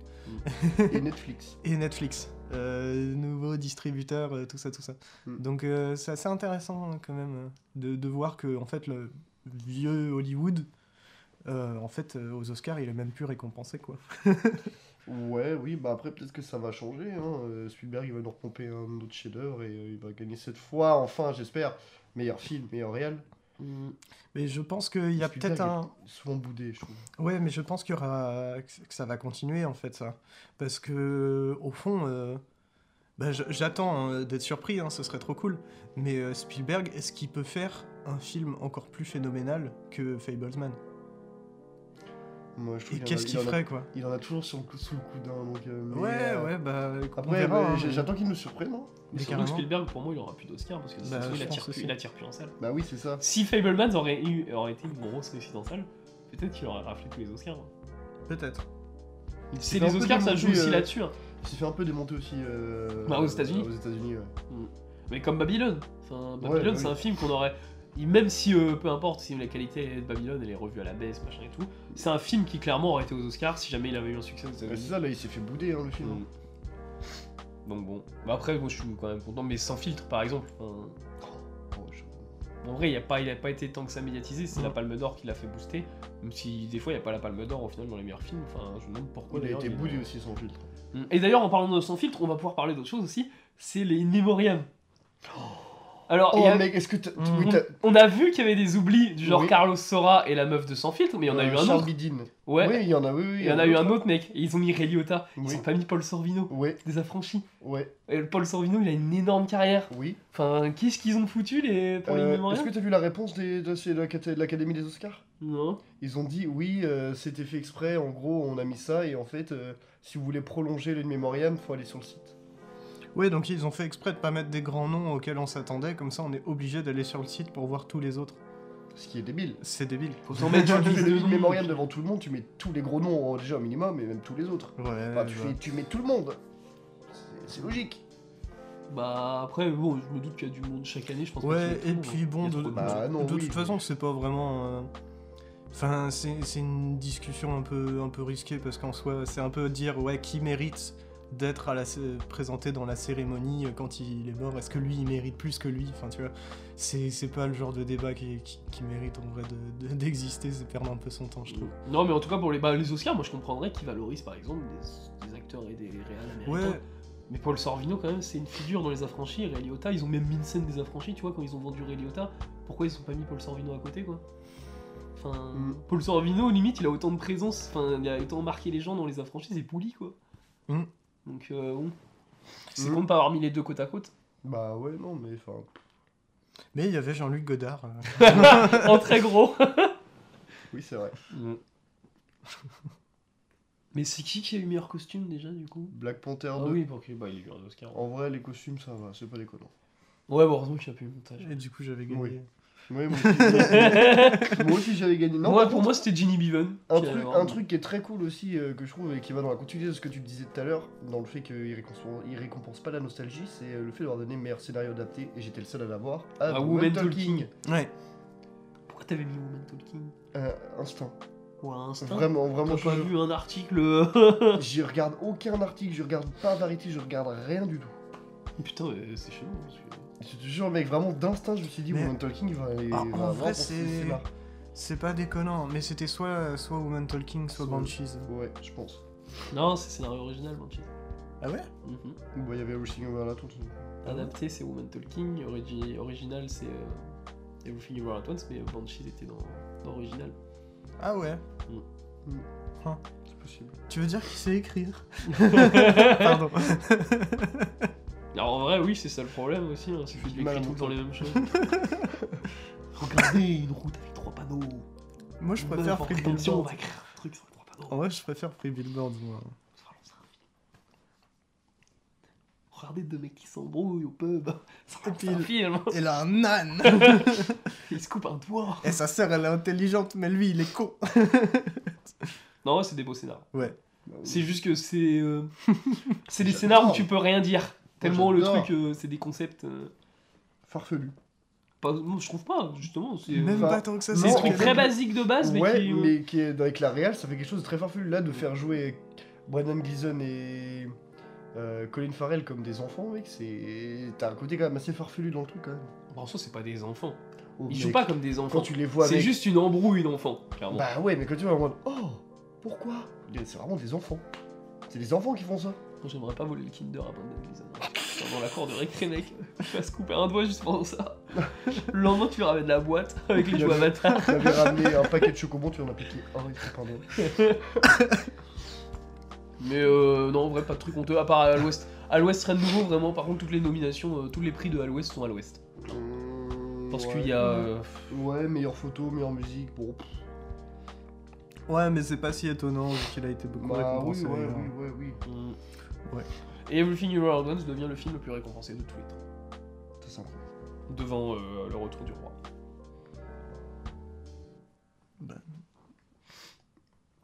[SPEAKER 2] Et Netflix.
[SPEAKER 3] Et Netflix, euh, nouveau distributeur, euh, tout ça, tout ça.
[SPEAKER 2] Mm.
[SPEAKER 3] Donc euh, c'est assez intéressant hein, quand même euh, de, de voir que en fait le vieux Hollywood, euh, en fait euh, aux Oscars, il est même plus récompensé, quoi.
[SPEAKER 2] Ouais, oui, bah après peut-être que ça va changer. Hein. Euh, Spielberg il va nous repomper un autre chef-d'œuvre et euh, il va gagner cette fois, enfin j'espère, meilleur film, meilleur réel.
[SPEAKER 1] Mm.
[SPEAKER 3] Mais je pense qu'il y a
[SPEAKER 2] Spielberg
[SPEAKER 3] peut-être un,
[SPEAKER 2] Souvent boudé, je trouve.
[SPEAKER 3] Ouais, mais je pense qu'il y aura que ça va continuer en fait ça, parce que au fond, euh, bah, j- j'attends euh, d'être surpris, hein, ce serait trop cool. Mais euh, Spielberg, est-ce qu'il peut faire un film encore plus phénoménal que Fablesman
[SPEAKER 2] Moi, je trouve
[SPEAKER 3] Et
[SPEAKER 2] qu'il en a-
[SPEAKER 3] qu'est-ce
[SPEAKER 2] il
[SPEAKER 3] qu'il
[SPEAKER 2] en a-
[SPEAKER 3] ferait quoi
[SPEAKER 2] Il en a toujours sur le cou- sous le coude, hein, donc. euh, mais,
[SPEAKER 3] Ouais,
[SPEAKER 2] euh,
[SPEAKER 3] ouais, bah on
[SPEAKER 2] Après,
[SPEAKER 3] verra,
[SPEAKER 2] bah,
[SPEAKER 3] hein,
[SPEAKER 2] j'-
[SPEAKER 3] mais-
[SPEAKER 2] j'attends qu'il nous surprenne. hein.
[SPEAKER 1] Mais
[SPEAKER 3] Mais
[SPEAKER 1] surtout
[SPEAKER 3] carrément.
[SPEAKER 1] Spielberg, pour moi, il aura plus d'oscar parce que de toute
[SPEAKER 3] Bah,
[SPEAKER 1] façon,
[SPEAKER 3] je
[SPEAKER 1] il, attire
[SPEAKER 3] pense
[SPEAKER 1] plus,
[SPEAKER 3] aussi.
[SPEAKER 1] il attire plus en salle.
[SPEAKER 2] Bah oui, c'est ça.
[SPEAKER 1] Si Fablemans aurait, eu, aurait été une grosse réussite en salle, peut-être qu'il aurait raflé tous les Oscars.
[SPEAKER 3] peut-être.
[SPEAKER 1] C'est
[SPEAKER 2] fait un
[SPEAKER 1] les
[SPEAKER 2] peu
[SPEAKER 1] Oscars, ça joue
[SPEAKER 2] démonter,
[SPEAKER 1] aussi
[SPEAKER 2] euh,
[SPEAKER 1] là-dessus. hein.
[SPEAKER 2] Qui s'est fait un peu démonter aussi. euh,
[SPEAKER 1] Bah, aux États-Unis.
[SPEAKER 2] Aux États-Unis, ouais.
[SPEAKER 1] Mais comme Babylone. Enfin, Babylone,
[SPEAKER 2] bah oui.
[SPEAKER 1] c'est un film qu'on aurait. il- Même si, euh, peu importe si la qualité de Babylone, elle est revue à la baisse, machin et tout, c'est un film qui clairement aurait été aux Oscars si jamais il avait eu un succès aux
[SPEAKER 2] Bah,
[SPEAKER 1] États-Unis.
[SPEAKER 2] c'est ça, là, il s'est fait bouder, hein, le film.
[SPEAKER 1] Mm. Donc bon. Bah après, moi je suis quand même content, mais sans filtre par exemple. enfin,
[SPEAKER 2] Oh, je-
[SPEAKER 1] En vrai, il a, pas, il a pas été tant que ça médiatisé, c'est
[SPEAKER 3] Mm.
[SPEAKER 1] la Palme d'Or qui l'a fait booster. Même si des fois, il n'y a pas la Palme d'Or au final dans les meilleurs films. Enfin, je me demande pourquoi.
[SPEAKER 2] Il a
[SPEAKER 1] d'ailleurs,
[SPEAKER 2] été
[SPEAKER 1] est-
[SPEAKER 2] boudé aussi, son filtre.
[SPEAKER 1] Mm. Et d'ailleurs, en parlant de sans filtre, on va pouvoir parler d'autre chose aussi. C'est les In Memoriam. Alors, il y
[SPEAKER 2] Oh,
[SPEAKER 1] a-
[SPEAKER 2] mec, est-ce que t'as.
[SPEAKER 1] Mm.
[SPEAKER 2] oui, t'as-
[SPEAKER 1] on a vu qu'il y avait des oublis du genre
[SPEAKER 2] Oui.
[SPEAKER 1] Carlos Sora et la meuf de sans filtre, mais il y en a
[SPEAKER 2] euh,
[SPEAKER 1] eu un
[SPEAKER 2] Charles
[SPEAKER 1] autre.
[SPEAKER 2] Bidin.
[SPEAKER 1] Ouais.
[SPEAKER 2] Oui, il y en a, oui, oui.
[SPEAKER 1] Il y en a eu un autre mec, et ils ont mis Ray Liotta,
[SPEAKER 2] Oui.
[SPEAKER 1] ils ont pas mis Paul Sorvino,
[SPEAKER 2] Ouais,
[SPEAKER 1] des affranchis.
[SPEAKER 2] ouais,
[SPEAKER 1] Et le Paul Sorvino, il a une énorme carrière.
[SPEAKER 2] oui.
[SPEAKER 1] Enfin, qu'est-ce qu'ils ont foutu les pour les
[SPEAKER 2] Euh,
[SPEAKER 1] mémoriaux
[SPEAKER 2] Est-ce que t'as vu la réponse des- de, chez la- de l'Académie des Oscars
[SPEAKER 1] Non.
[SPEAKER 2] Ils ont dit oui, euh, c'était fait exprès, en gros, on a mis ça, et en fait, euh, si vous voulez prolonger le mémoriam, faut aller sur le site.
[SPEAKER 3] Ouais, donc ils ont fait exprès de pas mettre des grands noms auxquels on s'attendait, comme ça on est obligé d'aller sur le site pour voir tous les autres.
[SPEAKER 2] Ce qui est débile.
[SPEAKER 3] C'est débile.
[SPEAKER 1] Faut s'en mettre
[SPEAKER 2] Quand tu fais le
[SPEAKER 1] une
[SPEAKER 2] mémoriam devant tout le monde, tu mets tous les gros noms, euh, déjà au minimum, et même tous les autres.
[SPEAKER 3] Ouais.
[SPEAKER 2] Enfin, tu,
[SPEAKER 3] bah.
[SPEAKER 2] fais- tu mets tout le monde. C'est- C'est logique.
[SPEAKER 1] Bah après bon, je me doute qu'il y a du monde chaque année, je pense.
[SPEAKER 3] Ouais,
[SPEAKER 1] que hein.
[SPEAKER 3] et puis bon, de, de-
[SPEAKER 2] Bah non,
[SPEAKER 3] de
[SPEAKER 2] oui,
[SPEAKER 3] toute
[SPEAKER 2] mais-
[SPEAKER 3] façon, c'est pas vraiment. euh, Enfin, c'est c'est une discussion un peu, un peu risquée parce qu'en soi, c'est un peu dire ouais, qui mérite d'être à la cé- présenté dans la cérémonie euh, quand il est mort. Est-ce que lui, il mérite plus que lui Enfin, tu vois, c'est c'est pas le genre de débat qui, qui- qui mérite en vrai de- de- d'exister. c'est perdre un peu son temps, je trouve.
[SPEAKER 1] Non mais en tout cas pour les, bah, les Oscars, moi je comprendrais qu'ils valorisent par exemple des, des acteurs et des réals américains.
[SPEAKER 3] Ouais,
[SPEAKER 1] Mais Paul Sorvino quand même c'est une figure dans les affranchis, Ray Liotta, ils ont même mis une scène des affranchis, tu vois, quand ils ont vendu Ray Liotta, pourquoi ils ont pas mis Paul Sorvino à côté quoi Enfin,
[SPEAKER 2] Mm.
[SPEAKER 1] Paul Sorvino limite il a autant de présence, enfin il a autant marqué les gens dans les affranchis, c'est Pouli quoi.
[SPEAKER 3] Mm.
[SPEAKER 1] Donc euh, bon. C'est
[SPEAKER 2] Mm.
[SPEAKER 1] con de pas avoir mis les deux côte à côte.
[SPEAKER 2] Bah ouais, non, mais enfin.
[SPEAKER 3] mais il y avait Jean-Luc Godard. euh,
[SPEAKER 1] en très gros.
[SPEAKER 2] Oui, c'est vrai.
[SPEAKER 1] Mais c'est qui qui a eu meilleur costume déjà du coup
[SPEAKER 2] Black Panther
[SPEAKER 1] Ah
[SPEAKER 2] 2.
[SPEAKER 1] oui, pour que- bah, il a eu un Oscar.
[SPEAKER 2] En vrai, les costumes, ça va, c'est pas déconnant.
[SPEAKER 1] Ouais, bon, heureusement qu'il a pas eu le montage.
[SPEAKER 3] Et du coup, j'avais gagné.
[SPEAKER 2] Oui. Ouais, moi aussi, moi aussi, j'avais gagné. Non,
[SPEAKER 1] Ouais,
[SPEAKER 2] par
[SPEAKER 1] pour
[SPEAKER 2] contre,
[SPEAKER 1] moi c'était Ginny Bevan.
[SPEAKER 2] un
[SPEAKER 1] qui a-
[SPEAKER 2] truc, un truc qui est très cool aussi, euh, que je trouve, et qui va dans la continuité de ce que tu disais tout à l'heure, dans le fait qu'il récompense, il récompense pas la nostalgie, c'est euh, le fait d'avoir donné meilleur scénario adapté, et j'étais le seul à l'avoir, à
[SPEAKER 1] Ah,
[SPEAKER 2] The
[SPEAKER 1] Woman
[SPEAKER 2] Man
[SPEAKER 1] Talking.
[SPEAKER 3] Ouais.
[SPEAKER 1] Pourquoi t'avais mis Woman Talking
[SPEAKER 2] Euh, instinct.
[SPEAKER 1] Ou un instinct
[SPEAKER 2] Vraiment, vraiment,
[SPEAKER 1] Hein T'as
[SPEAKER 2] je,
[SPEAKER 1] pas vu un article
[SPEAKER 2] j'y regarde aucun article, je regarde pas Variety, je regarde rien du tout.
[SPEAKER 1] Putain, euh, c'est chelou. parce que-
[SPEAKER 2] Je te jure, mec, vraiment d'instinct, je me suis dit,
[SPEAKER 3] Mais-
[SPEAKER 2] Woman Talking va,
[SPEAKER 3] Ah,
[SPEAKER 2] va
[SPEAKER 3] en
[SPEAKER 2] avoir
[SPEAKER 3] vrai,
[SPEAKER 2] pour ce
[SPEAKER 3] c'est-
[SPEAKER 2] scénar.
[SPEAKER 3] C'est pas déconnant, mais c'était soit, soit Woman Talking, soit
[SPEAKER 2] Soit-
[SPEAKER 3] Banshees.
[SPEAKER 2] Ouais, je pense.
[SPEAKER 1] Non, c'est scénario original, Manchester.
[SPEAKER 3] Ah ouais
[SPEAKER 1] Mhm.
[SPEAKER 2] Bah, il y avait Everything Over la Tour.
[SPEAKER 1] Adapté, c'est Woman Talking. origi- original, c'est euh, Everything You Were at Once, mais euh, Banshees était dans, dans original.
[SPEAKER 3] Ah ouais
[SPEAKER 2] C'est possible.
[SPEAKER 3] Tu veux dire qu'il sait écrire
[SPEAKER 1] Alors
[SPEAKER 3] Pardon.
[SPEAKER 1] en vrai, oui, c'est ça le problème aussi. Hein, c'est
[SPEAKER 2] Tu
[SPEAKER 1] que
[SPEAKER 2] fais
[SPEAKER 1] tu
[SPEAKER 2] du mal à
[SPEAKER 1] écris tout le temps
[SPEAKER 2] mon
[SPEAKER 1] les mêmes choses. Regardez une route avec trois panneaux.
[SPEAKER 3] Moi je préfère
[SPEAKER 1] Neuf en
[SPEAKER 3] Free
[SPEAKER 1] prévention, on
[SPEAKER 3] Billboard.
[SPEAKER 1] va écrire un truc sur les trois panneaux.
[SPEAKER 3] En vrai je préfère Free Billboard moi.
[SPEAKER 1] On se fera lancer un film. Regardez deux mecs qui s'embrouillent au pub. Ça va lancer un
[SPEAKER 3] Pile.
[SPEAKER 1] film.
[SPEAKER 3] Elle a un âne
[SPEAKER 1] Ils se coupent un doigt.
[SPEAKER 3] Et sa sœur elle est intelligente mais lui il est con.
[SPEAKER 1] Non, ouais, c'est des beaux scénars.
[SPEAKER 3] Ouais.
[SPEAKER 2] Bah, oui.
[SPEAKER 1] C'est juste que c'est. euh, c'est des
[SPEAKER 2] J'adore.
[SPEAKER 1] scénars où tu peux rien dire. Tellement le
[SPEAKER 2] j'adore.
[SPEAKER 1] truc, euh, c'est des concepts. euh,
[SPEAKER 2] farfelu.
[SPEAKER 1] pas- non, je trouve pas, justement. C'est euh,
[SPEAKER 3] Même
[SPEAKER 2] Bah,
[SPEAKER 3] pas tant que ça.
[SPEAKER 1] c'est des
[SPEAKER 2] non,
[SPEAKER 1] trucs
[SPEAKER 2] en
[SPEAKER 1] très
[SPEAKER 2] fait,
[SPEAKER 1] basiques de base, mais
[SPEAKER 2] ouais,
[SPEAKER 1] qui. euh,
[SPEAKER 2] mais qui est avec la Real, ça fait quelque chose de très farfelu. Là, de faire jouer Brendan Gleeson et euh, Colin Farrell comme des enfants, mec, c'est t'as un côté quand même assez farfelu dans le truc quand même.
[SPEAKER 1] En soi, c'est pas des enfants.
[SPEAKER 2] Oh,
[SPEAKER 1] Ils
[SPEAKER 2] mec,
[SPEAKER 1] jouent pas comme des
[SPEAKER 2] quand
[SPEAKER 1] enfants.
[SPEAKER 2] tu les vois
[SPEAKER 1] C'est
[SPEAKER 2] avec.
[SPEAKER 1] juste une embrouille d'enfants, clairement.
[SPEAKER 2] Bah ouais, mais quand tu vois en mode oh pourquoi C'est vraiment des enfants. C'est des enfants qui font ça.
[SPEAKER 1] J'aimerais pas voler le Kinder à Brendan Gleeson. Enfin, Dans la cour de récré, mec. Tu vas se couper un doigt juste pendant ça. Le lendemain, tu ramènes la boîte avec les jouets Avatar.
[SPEAKER 2] T'avais ramené un paquet de chocobons, tu en as piqué un. et tout, pardon.
[SPEAKER 1] Mais euh, non, en vrai, pas de truc honteux, à part à l'ouest. À l'ouest, rien de nouveau, vraiment. Par contre, toutes les nominations, euh, tous les prix de à l'ouest sont à l'ouest. Parce
[SPEAKER 2] Ouais.
[SPEAKER 1] qu'il y a. euh,
[SPEAKER 2] Ouais, meilleure photo, meilleure musique, bon. pff,
[SPEAKER 3] Ouais mais c'est pas si étonnant vu qu'il a été beaucoup
[SPEAKER 2] Bah oui,
[SPEAKER 3] récompensé.
[SPEAKER 2] ouais,
[SPEAKER 3] hein.
[SPEAKER 2] oui, ouais, oui.
[SPEAKER 1] mm,
[SPEAKER 3] Ouais.
[SPEAKER 1] Et Everything You Were Once devient le film le plus récompensé de tous les temps.
[SPEAKER 2] Ça, c'est incroyable.
[SPEAKER 1] Devant euh, Le Retour du Roi.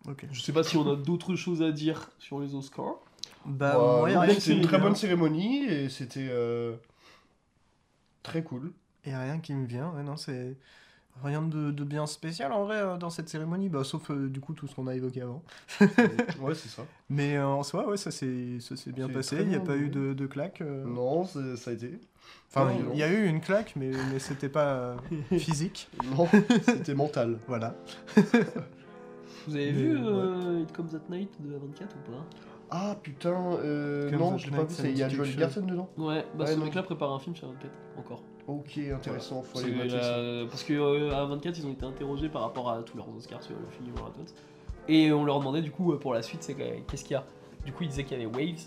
[SPEAKER 3] Ok.
[SPEAKER 1] Je sais pas si on a d'autres choses à dire sur les Oscars.
[SPEAKER 3] Bah,
[SPEAKER 2] Bah,
[SPEAKER 3] moi, y a
[SPEAKER 2] non,
[SPEAKER 3] rien hein. qui
[SPEAKER 2] c'était une
[SPEAKER 3] me
[SPEAKER 2] très
[SPEAKER 3] vient.
[SPEAKER 2] bonne cérémonie et c'était euh, très cool.
[SPEAKER 3] Et rien qui me vient, ouais, non, c'est. Rien de, de bien spécial en vrai euh, dans cette cérémonie, bah, sauf euh, du coup tout ce qu'on a évoqué avant.
[SPEAKER 2] ouais, c'est ça.
[SPEAKER 3] Mais euh, en soi, ouais, ça s'est ça s'est bien
[SPEAKER 2] C'est
[SPEAKER 3] passé,
[SPEAKER 2] très
[SPEAKER 3] il n'y a
[SPEAKER 2] bien,
[SPEAKER 3] pas eu
[SPEAKER 2] oui.
[SPEAKER 3] de, de claque. euh,
[SPEAKER 2] Non, c'est- ça a été.
[SPEAKER 3] Enfin,
[SPEAKER 2] Non,
[SPEAKER 3] il y a eu une claque, mais, mais c'était pas euh, physique.
[SPEAKER 2] Non, c'était mental.
[SPEAKER 3] Voilà.
[SPEAKER 1] Vous avez
[SPEAKER 3] Mais,
[SPEAKER 1] vu
[SPEAKER 3] ouais.
[SPEAKER 1] euh, It Comes at Night de A24 ou pas
[SPEAKER 2] Ah putain, euh,
[SPEAKER 3] Comme
[SPEAKER 2] non,
[SPEAKER 3] The
[SPEAKER 2] je l'ai pas
[SPEAKER 3] Night,
[SPEAKER 2] vu,
[SPEAKER 3] ça
[SPEAKER 2] c'est-
[SPEAKER 3] me
[SPEAKER 2] il y a
[SPEAKER 3] dit quelque
[SPEAKER 2] Joel
[SPEAKER 3] chose.
[SPEAKER 2] Garson dedans.
[SPEAKER 1] Ouais, bah
[SPEAKER 2] Ouais,
[SPEAKER 1] ce
[SPEAKER 2] non.
[SPEAKER 1] mec-là prépare un film sur A24 encore.
[SPEAKER 2] Ok, intéressant, faut aller
[SPEAKER 1] C'est
[SPEAKER 2] mater
[SPEAKER 1] la-
[SPEAKER 2] ça.
[SPEAKER 1] Parce que euh, à 24 ils ont été interrogés par rapport à tous leurs Oscars sur le film Marathon. Et on leur demandait du coup euh, pour la suite c'est que- qu'est-ce qu'il y a. Du coup ils disaient qu'il y avait Waves.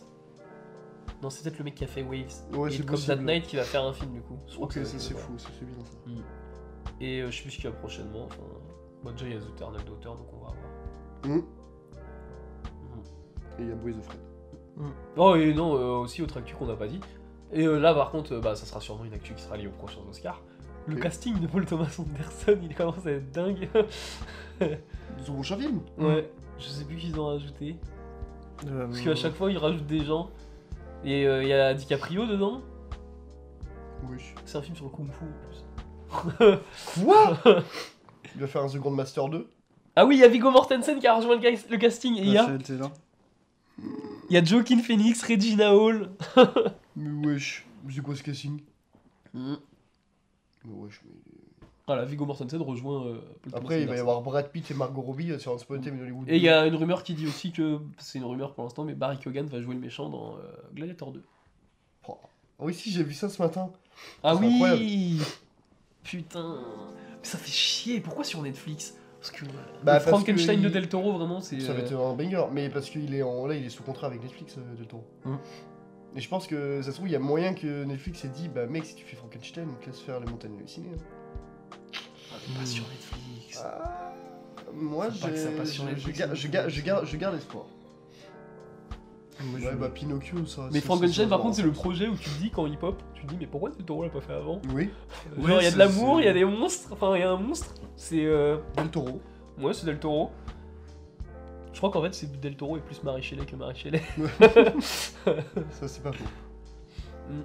[SPEAKER 1] Non c'est peut-être le mec qui a fait Waves.
[SPEAKER 2] Ouais,
[SPEAKER 1] et
[SPEAKER 2] c'est
[SPEAKER 1] comme That
[SPEAKER 2] possible.
[SPEAKER 1] Night qui va faire un film du coup. Je crois
[SPEAKER 2] Ok,
[SPEAKER 1] que ça
[SPEAKER 2] ça
[SPEAKER 1] va être-
[SPEAKER 2] c'est
[SPEAKER 1] voilà.
[SPEAKER 2] fou, ça c'est bien ça.
[SPEAKER 1] Et euh, je sais plus ce qu'il y a prochainement. Enfin, bon, déjà il y a The Eternal d'auteur donc on va voir. Mm.
[SPEAKER 2] Hum. Et il y a Boys of Fred.
[SPEAKER 1] Oh et non euh, aussi autre actu qu'on n'a pas dit. Et euh, là par contre euh, bah ça sera sûrement une actu qui sera liée aux prochains Oscars. Le
[SPEAKER 2] Ok.
[SPEAKER 1] casting de Paul Thomas Anderson il commence à être dingue.
[SPEAKER 2] Ils ont un film
[SPEAKER 1] ouais. Je sais plus qu'ils ont rajouté.
[SPEAKER 3] Euh,
[SPEAKER 1] Parce qu'à chaque fois, ils rajoutent des gens. Et euh, il y a DiCaprio dedans.
[SPEAKER 2] Oui.
[SPEAKER 1] C'est un film sur le Kung Fu en plus.
[SPEAKER 2] Quoi Il va faire un The Grand Master 2
[SPEAKER 1] Ah oui, il y a Viggo Mortensen qui a rejoint le, cas- le casting. Et il y, a,
[SPEAKER 3] Rachel Taylor.
[SPEAKER 1] il y a Joaquin Phoenix, Regina Hall.
[SPEAKER 2] Mais wesh, c'est quoi ce casting Mm. Mais wesh, mais...
[SPEAKER 1] Voilà, Viggo Mortensen rejoint euh, Paul Thomas
[SPEAKER 2] Après, il va y
[SPEAKER 1] Anderson.
[SPEAKER 2] avoir Brad Pitt et Margot Robbie euh, sur Unspoken et Hollywood.
[SPEAKER 1] Et il y a une rumeur qui dit aussi que, c'est une rumeur pour l'instant, mais Barry Keoghan va jouer le méchant dans euh, Gladiator 2.
[SPEAKER 2] Ah oui, si, j'ai vu ça ce matin.
[SPEAKER 1] Ah
[SPEAKER 2] C'est
[SPEAKER 1] oui
[SPEAKER 2] incroyable.
[SPEAKER 1] Putain Mais ça fait chier, pourquoi sur Netflix Parce que euh,
[SPEAKER 2] Bah,
[SPEAKER 1] le
[SPEAKER 2] parce
[SPEAKER 1] Frankenstein
[SPEAKER 2] que
[SPEAKER 1] de
[SPEAKER 2] il-
[SPEAKER 1] Del Toro, vraiment, c'est...
[SPEAKER 2] Ça va
[SPEAKER 1] euh,
[SPEAKER 2] être un banger, mais parce qu'il est en là, il est sous contrat avec Netflix euh, Del Toro.
[SPEAKER 3] Hmm.
[SPEAKER 2] Et je pense que ça se trouve, il y a moyen que Netflix ait dit Bah, mec, si tu fais Frankenstein, on te laisse faire les montagnes hallucinées. hein.
[SPEAKER 1] Pas sur Netflix
[SPEAKER 2] Ah, moi,
[SPEAKER 1] Faut pas
[SPEAKER 2] j'ai-
[SPEAKER 1] que ça
[SPEAKER 2] je
[SPEAKER 1] passe sur
[SPEAKER 2] je
[SPEAKER 1] Netflix,
[SPEAKER 2] garde- je garde- je garde je garde espoir.
[SPEAKER 3] Moi, je-
[SPEAKER 2] Ouais, bah, Pinocchio, ça.
[SPEAKER 1] Mais
[SPEAKER 2] ça-
[SPEAKER 1] Frankenstein,
[SPEAKER 2] ça-
[SPEAKER 1] par
[SPEAKER 2] ça-
[SPEAKER 1] contre, c'est le projet où tu te dis quand hip-hop, tu te dis mais pourquoi Del Toro l'a pas fait avant
[SPEAKER 2] Oui,
[SPEAKER 1] Genre,
[SPEAKER 3] Ouais,
[SPEAKER 1] il y a
[SPEAKER 3] c'est-
[SPEAKER 1] de l'amour,
[SPEAKER 3] c'est-
[SPEAKER 1] il y a des monstres, enfin, il y a un monstre. C'est. Euh...
[SPEAKER 2] Del Toro.
[SPEAKER 1] Ouais, c'est Del Toro. Je crois qu'en fait, c'est Del Toro est plus Marie Shelley que Marie Shelley.
[SPEAKER 2] Ça, c'est pas faux.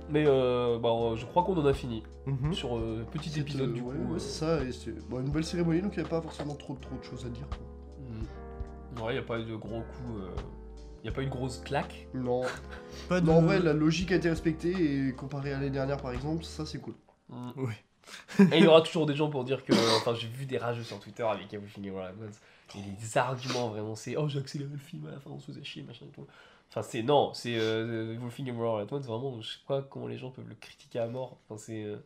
[SPEAKER 1] Mais euh, bah, euh, je crois qu'on en a fini
[SPEAKER 3] Mhm.
[SPEAKER 1] sur euh, petit épisode
[SPEAKER 2] Euh,
[SPEAKER 1] du coup.
[SPEAKER 2] ouais,
[SPEAKER 1] euh,
[SPEAKER 2] ouais, c'est ça. Et c'est bon, une belle cérémonie, donc il n'y a pas forcément trop, trop de choses à dire. quoi.
[SPEAKER 1] mm. Ouais, il y a pas eu de gros coups. Il y a pas eu de grosse claque.
[SPEAKER 2] Non.
[SPEAKER 3] Pas de.
[SPEAKER 2] Non, en vrai, la logique a été respectée, et comparé à l'année dernière, par exemple, ça, c'est cool.
[SPEAKER 1] Mm.
[SPEAKER 3] Ouais.
[SPEAKER 1] Et il y aura toujours des gens pour dire que. euh, Enfin, j'ai vu des rageux sur Twitter avec Abouchini Wallace. Et
[SPEAKER 2] Oh.
[SPEAKER 1] les arguments vraiment, c'est oh, j'ai accéléré le film à la fin, on se faisait chier, machin et tout. Enfin, c'est non, c'est euh, Wolfing World at Once, vraiment, je sais pas comment les gens peuvent le critiquer à mort. Enfin, c'est euh,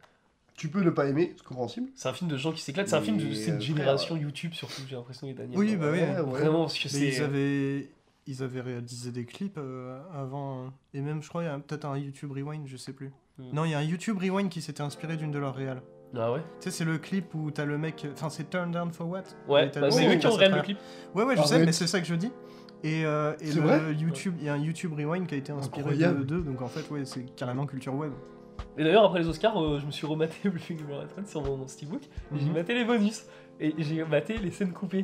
[SPEAKER 2] Tu peux ne pas aimer, c'est compréhensible.
[SPEAKER 1] c'est un film de gens qui s'éclatent, c'est un film de
[SPEAKER 2] Mais,
[SPEAKER 1] cette
[SPEAKER 2] euh,
[SPEAKER 1] génération YouTube surtout, j'ai l'impression, les derniers.
[SPEAKER 3] Oui,
[SPEAKER 1] temps.
[SPEAKER 3] bah oui.
[SPEAKER 2] Ouais, ouais.
[SPEAKER 1] Vraiment, parce que
[SPEAKER 3] Mais ils
[SPEAKER 1] c'est.
[SPEAKER 3] avaient, ils avaient réalisé des clips euh, avant. euh, Et même, je crois, il y a peut-être un YouTube Rewind, je sais plus.
[SPEAKER 1] Hmm.
[SPEAKER 3] Non, il y a un YouTube Rewind qui s'était inspiré d'une de leurs réales.
[SPEAKER 1] Ah ouais
[SPEAKER 3] Tu sais, c'est le clip où t'as le mec. Enfin, c'est Turn Down for What
[SPEAKER 1] Ouais,
[SPEAKER 3] Mais t'as
[SPEAKER 1] bah,
[SPEAKER 3] le-
[SPEAKER 1] c'est
[SPEAKER 2] Oh,
[SPEAKER 1] eux
[SPEAKER 2] oui,
[SPEAKER 1] qui ont
[SPEAKER 3] ça
[SPEAKER 1] réalisé le
[SPEAKER 3] traverse.
[SPEAKER 1] clip.
[SPEAKER 3] Ouais, ouais, je sais,
[SPEAKER 2] Arrête.
[SPEAKER 3] mais c'est ça que je dis. Et, euh, et
[SPEAKER 2] C'est
[SPEAKER 3] le
[SPEAKER 2] vrai
[SPEAKER 3] YouTube, il y a un YouTube Rewind qui a été inspiré de
[SPEAKER 2] Incroyable.
[SPEAKER 3] deux, donc en fait, ouais, c'est carrément culture web.
[SPEAKER 1] Et d'ailleurs, après les Oscars, euh, je me suis rematé Bluffing Marathon sur mon Steelbook, et j'ai
[SPEAKER 3] Mhm.
[SPEAKER 1] maté les bonus, et j'ai maté les scènes coupées.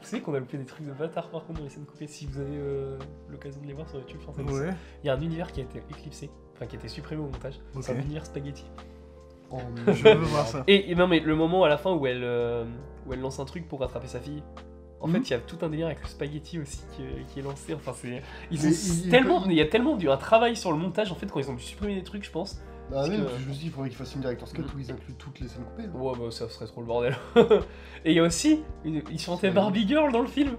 [SPEAKER 1] Vous savez qu'on a loupé des trucs de bâtard par contre dans les scènes coupées, si vous avez euh, l'occasion de les voir sur YouTube, je pense à vous.
[SPEAKER 3] Ouais.
[SPEAKER 1] Il y a un univers qui a été éclipsé, enfin qui a été supprimé au montage, c'est
[SPEAKER 3] Ok. Ah.
[SPEAKER 1] un univers spaghetti.
[SPEAKER 2] Oh,
[SPEAKER 3] Je veux voir ça.
[SPEAKER 1] Et, et non, mais le moment à la fin où elle, euh, où elle lance un truc pour rattraper sa fille, en
[SPEAKER 3] Mhm.
[SPEAKER 1] fait, il y a tout un délire avec le spaghetti aussi qui, euh, qui est lancé. Enfin, c'est. Ils
[SPEAKER 2] Mais
[SPEAKER 1] ont
[SPEAKER 2] il- il-
[SPEAKER 1] tellement. Il y a tellement eu un travail sur le montage en fait quand ils ont dû supprimer des trucs, je pense.
[SPEAKER 2] Ah,
[SPEAKER 1] Parce
[SPEAKER 2] même,
[SPEAKER 1] que-
[SPEAKER 2] je me suis dit, il faudrait qu'ils fassent une director's cut
[SPEAKER 1] Mm.
[SPEAKER 2] où ils incluent toutes les scènes coupées. hein.
[SPEAKER 1] Ouais, bah ça serait trop le bordel. et il y a aussi, une- il chantait
[SPEAKER 2] Ouais.
[SPEAKER 1] Barbie Girl dans le film,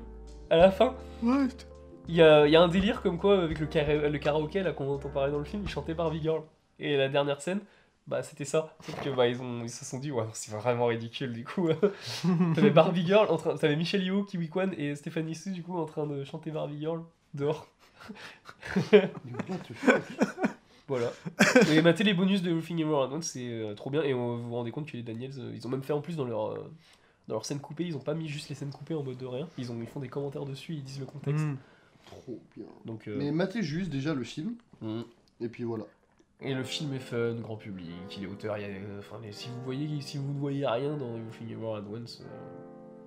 [SPEAKER 1] à la fin.
[SPEAKER 3] What
[SPEAKER 1] Il y a, il y a un délire comme quoi, avec le, kara- le karaoké là qu'on entend parler dans le film, il chantait Barbie Girl. Et la dernière scène, bah c'était ça. Sauf que bah ils, ont, ils se sont dit, ouais, c'est vraiment ridicule du coup. T'avais Barbie Girl, en train, t'avais Michelle Yeoh, Kiwi Kwan et Stéphanie Su du coup en train de chanter Barbie Girl dehors.
[SPEAKER 2] Mais what the fuck
[SPEAKER 1] Voilà. et mater les bonus de Wolfing Emerald One, c'est euh, trop bien. Et on, vous vous rendez compte que les Daniels, euh, ils ont même fait en plus dans leur, euh, dans leur scène coupée, ils ont pas mis juste les scènes coupées en mode de rien. Ils, ont, ils font des commentaires dessus, ils disent le contexte.
[SPEAKER 3] Hmm.
[SPEAKER 2] Trop bien.
[SPEAKER 1] Donc, euh,
[SPEAKER 2] Mais matez juste déjà le film,
[SPEAKER 1] mm.
[SPEAKER 2] et puis voilà.
[SPEAKER 1] Et le film est fun, grand public, il est auteur. Il y a, euh, enfin, les- si, vous voyez, si vous ne voyez rien dans Wolfing Emerald One, euh,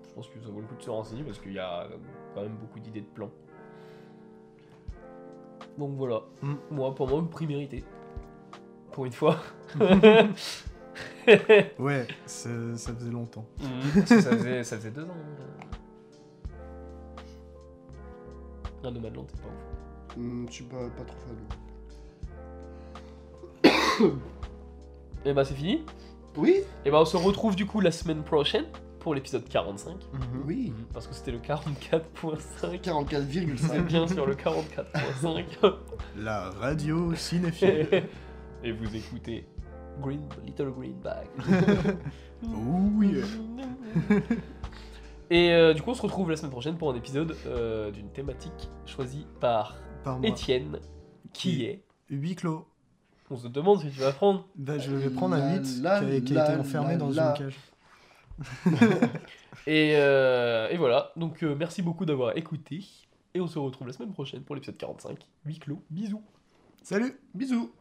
[SPEAKER 1] je pense que ça vaut le coup de se renseigner parce qu'il y a euh, quand même beaucoup d'idées de plans. Donc voilà,
[SPEAKER 3] Mm.
[SPEAKER 1] moi pour moi, une primérité. Pour une fois.
[SPEAKER 3] Ouais, c'est- ça faisait longtemps.
[SPEAKER 1] Parce que ça, faisait, ça faisait deux ans. euh. Ah, Nomadland, c'est pas ouf.
[SPEAKER 2] Hum, je suis pas, pas trop fan.
[SPEAKER 1] Et bah c'est fini.
[SPEAKER 2] Oui
[SPEAKER 1] Et bah on se retrouve du coup la semaine prochaine pour l'épisode 45.
[SPEAKER 3] Mhm.
[SPEAKER 2] Oui
[SPEAKER 1] Parce que c'était le 44.5.
[SPEAKER 2] 44,5
[SPEAKER 1] C'est bien sur le 44.5.
[SPEAKER 3] La radio cinéphile.
[SPEAKER 1] Et vous écoutez Green, Little Green Bag.
[SPEAKER 2] Oh
[SPEAKER 3] oui.
[SPEAKER 1] Et euh, du coup, on se retrouve la semaine prochaine pour un épisode euh, d'une thématique choisie par
[SPEAKER 3] Par moi.
[SPEAKER 1] Étienne, qui
[SPEAKER 3] Qui-
[SPEAKER 1] est.
[SPEAKER 3] Huis clos.
[SPEAKER 1] On se demande si tu vas prendre.
[SPEAKER 3] Bah, je vais prendre un
[SPEAKER 2] La,
[SPEAKER 3] 8 qui
[SPEAKER 2] la,
[SPEAKER 3] a, qui a
[SPEAKER 2] la,
[SPEAKER 3] été enfermé
[SPEAKER 2] la,
[SPEAKER 3] dans
[SPEAKER 2] la.
[SPEAKER 3] une cage.
[SPEAKER 1] Et, euh, et voilà. Donc, euh, merci beaucoup d'avoir écouté. Et on se retrouve la semaine prochaine pour l'épisode 45. Huis clos. Bisous.
[SPEAKER 3] Salut
[SPEAKER 2] Bisous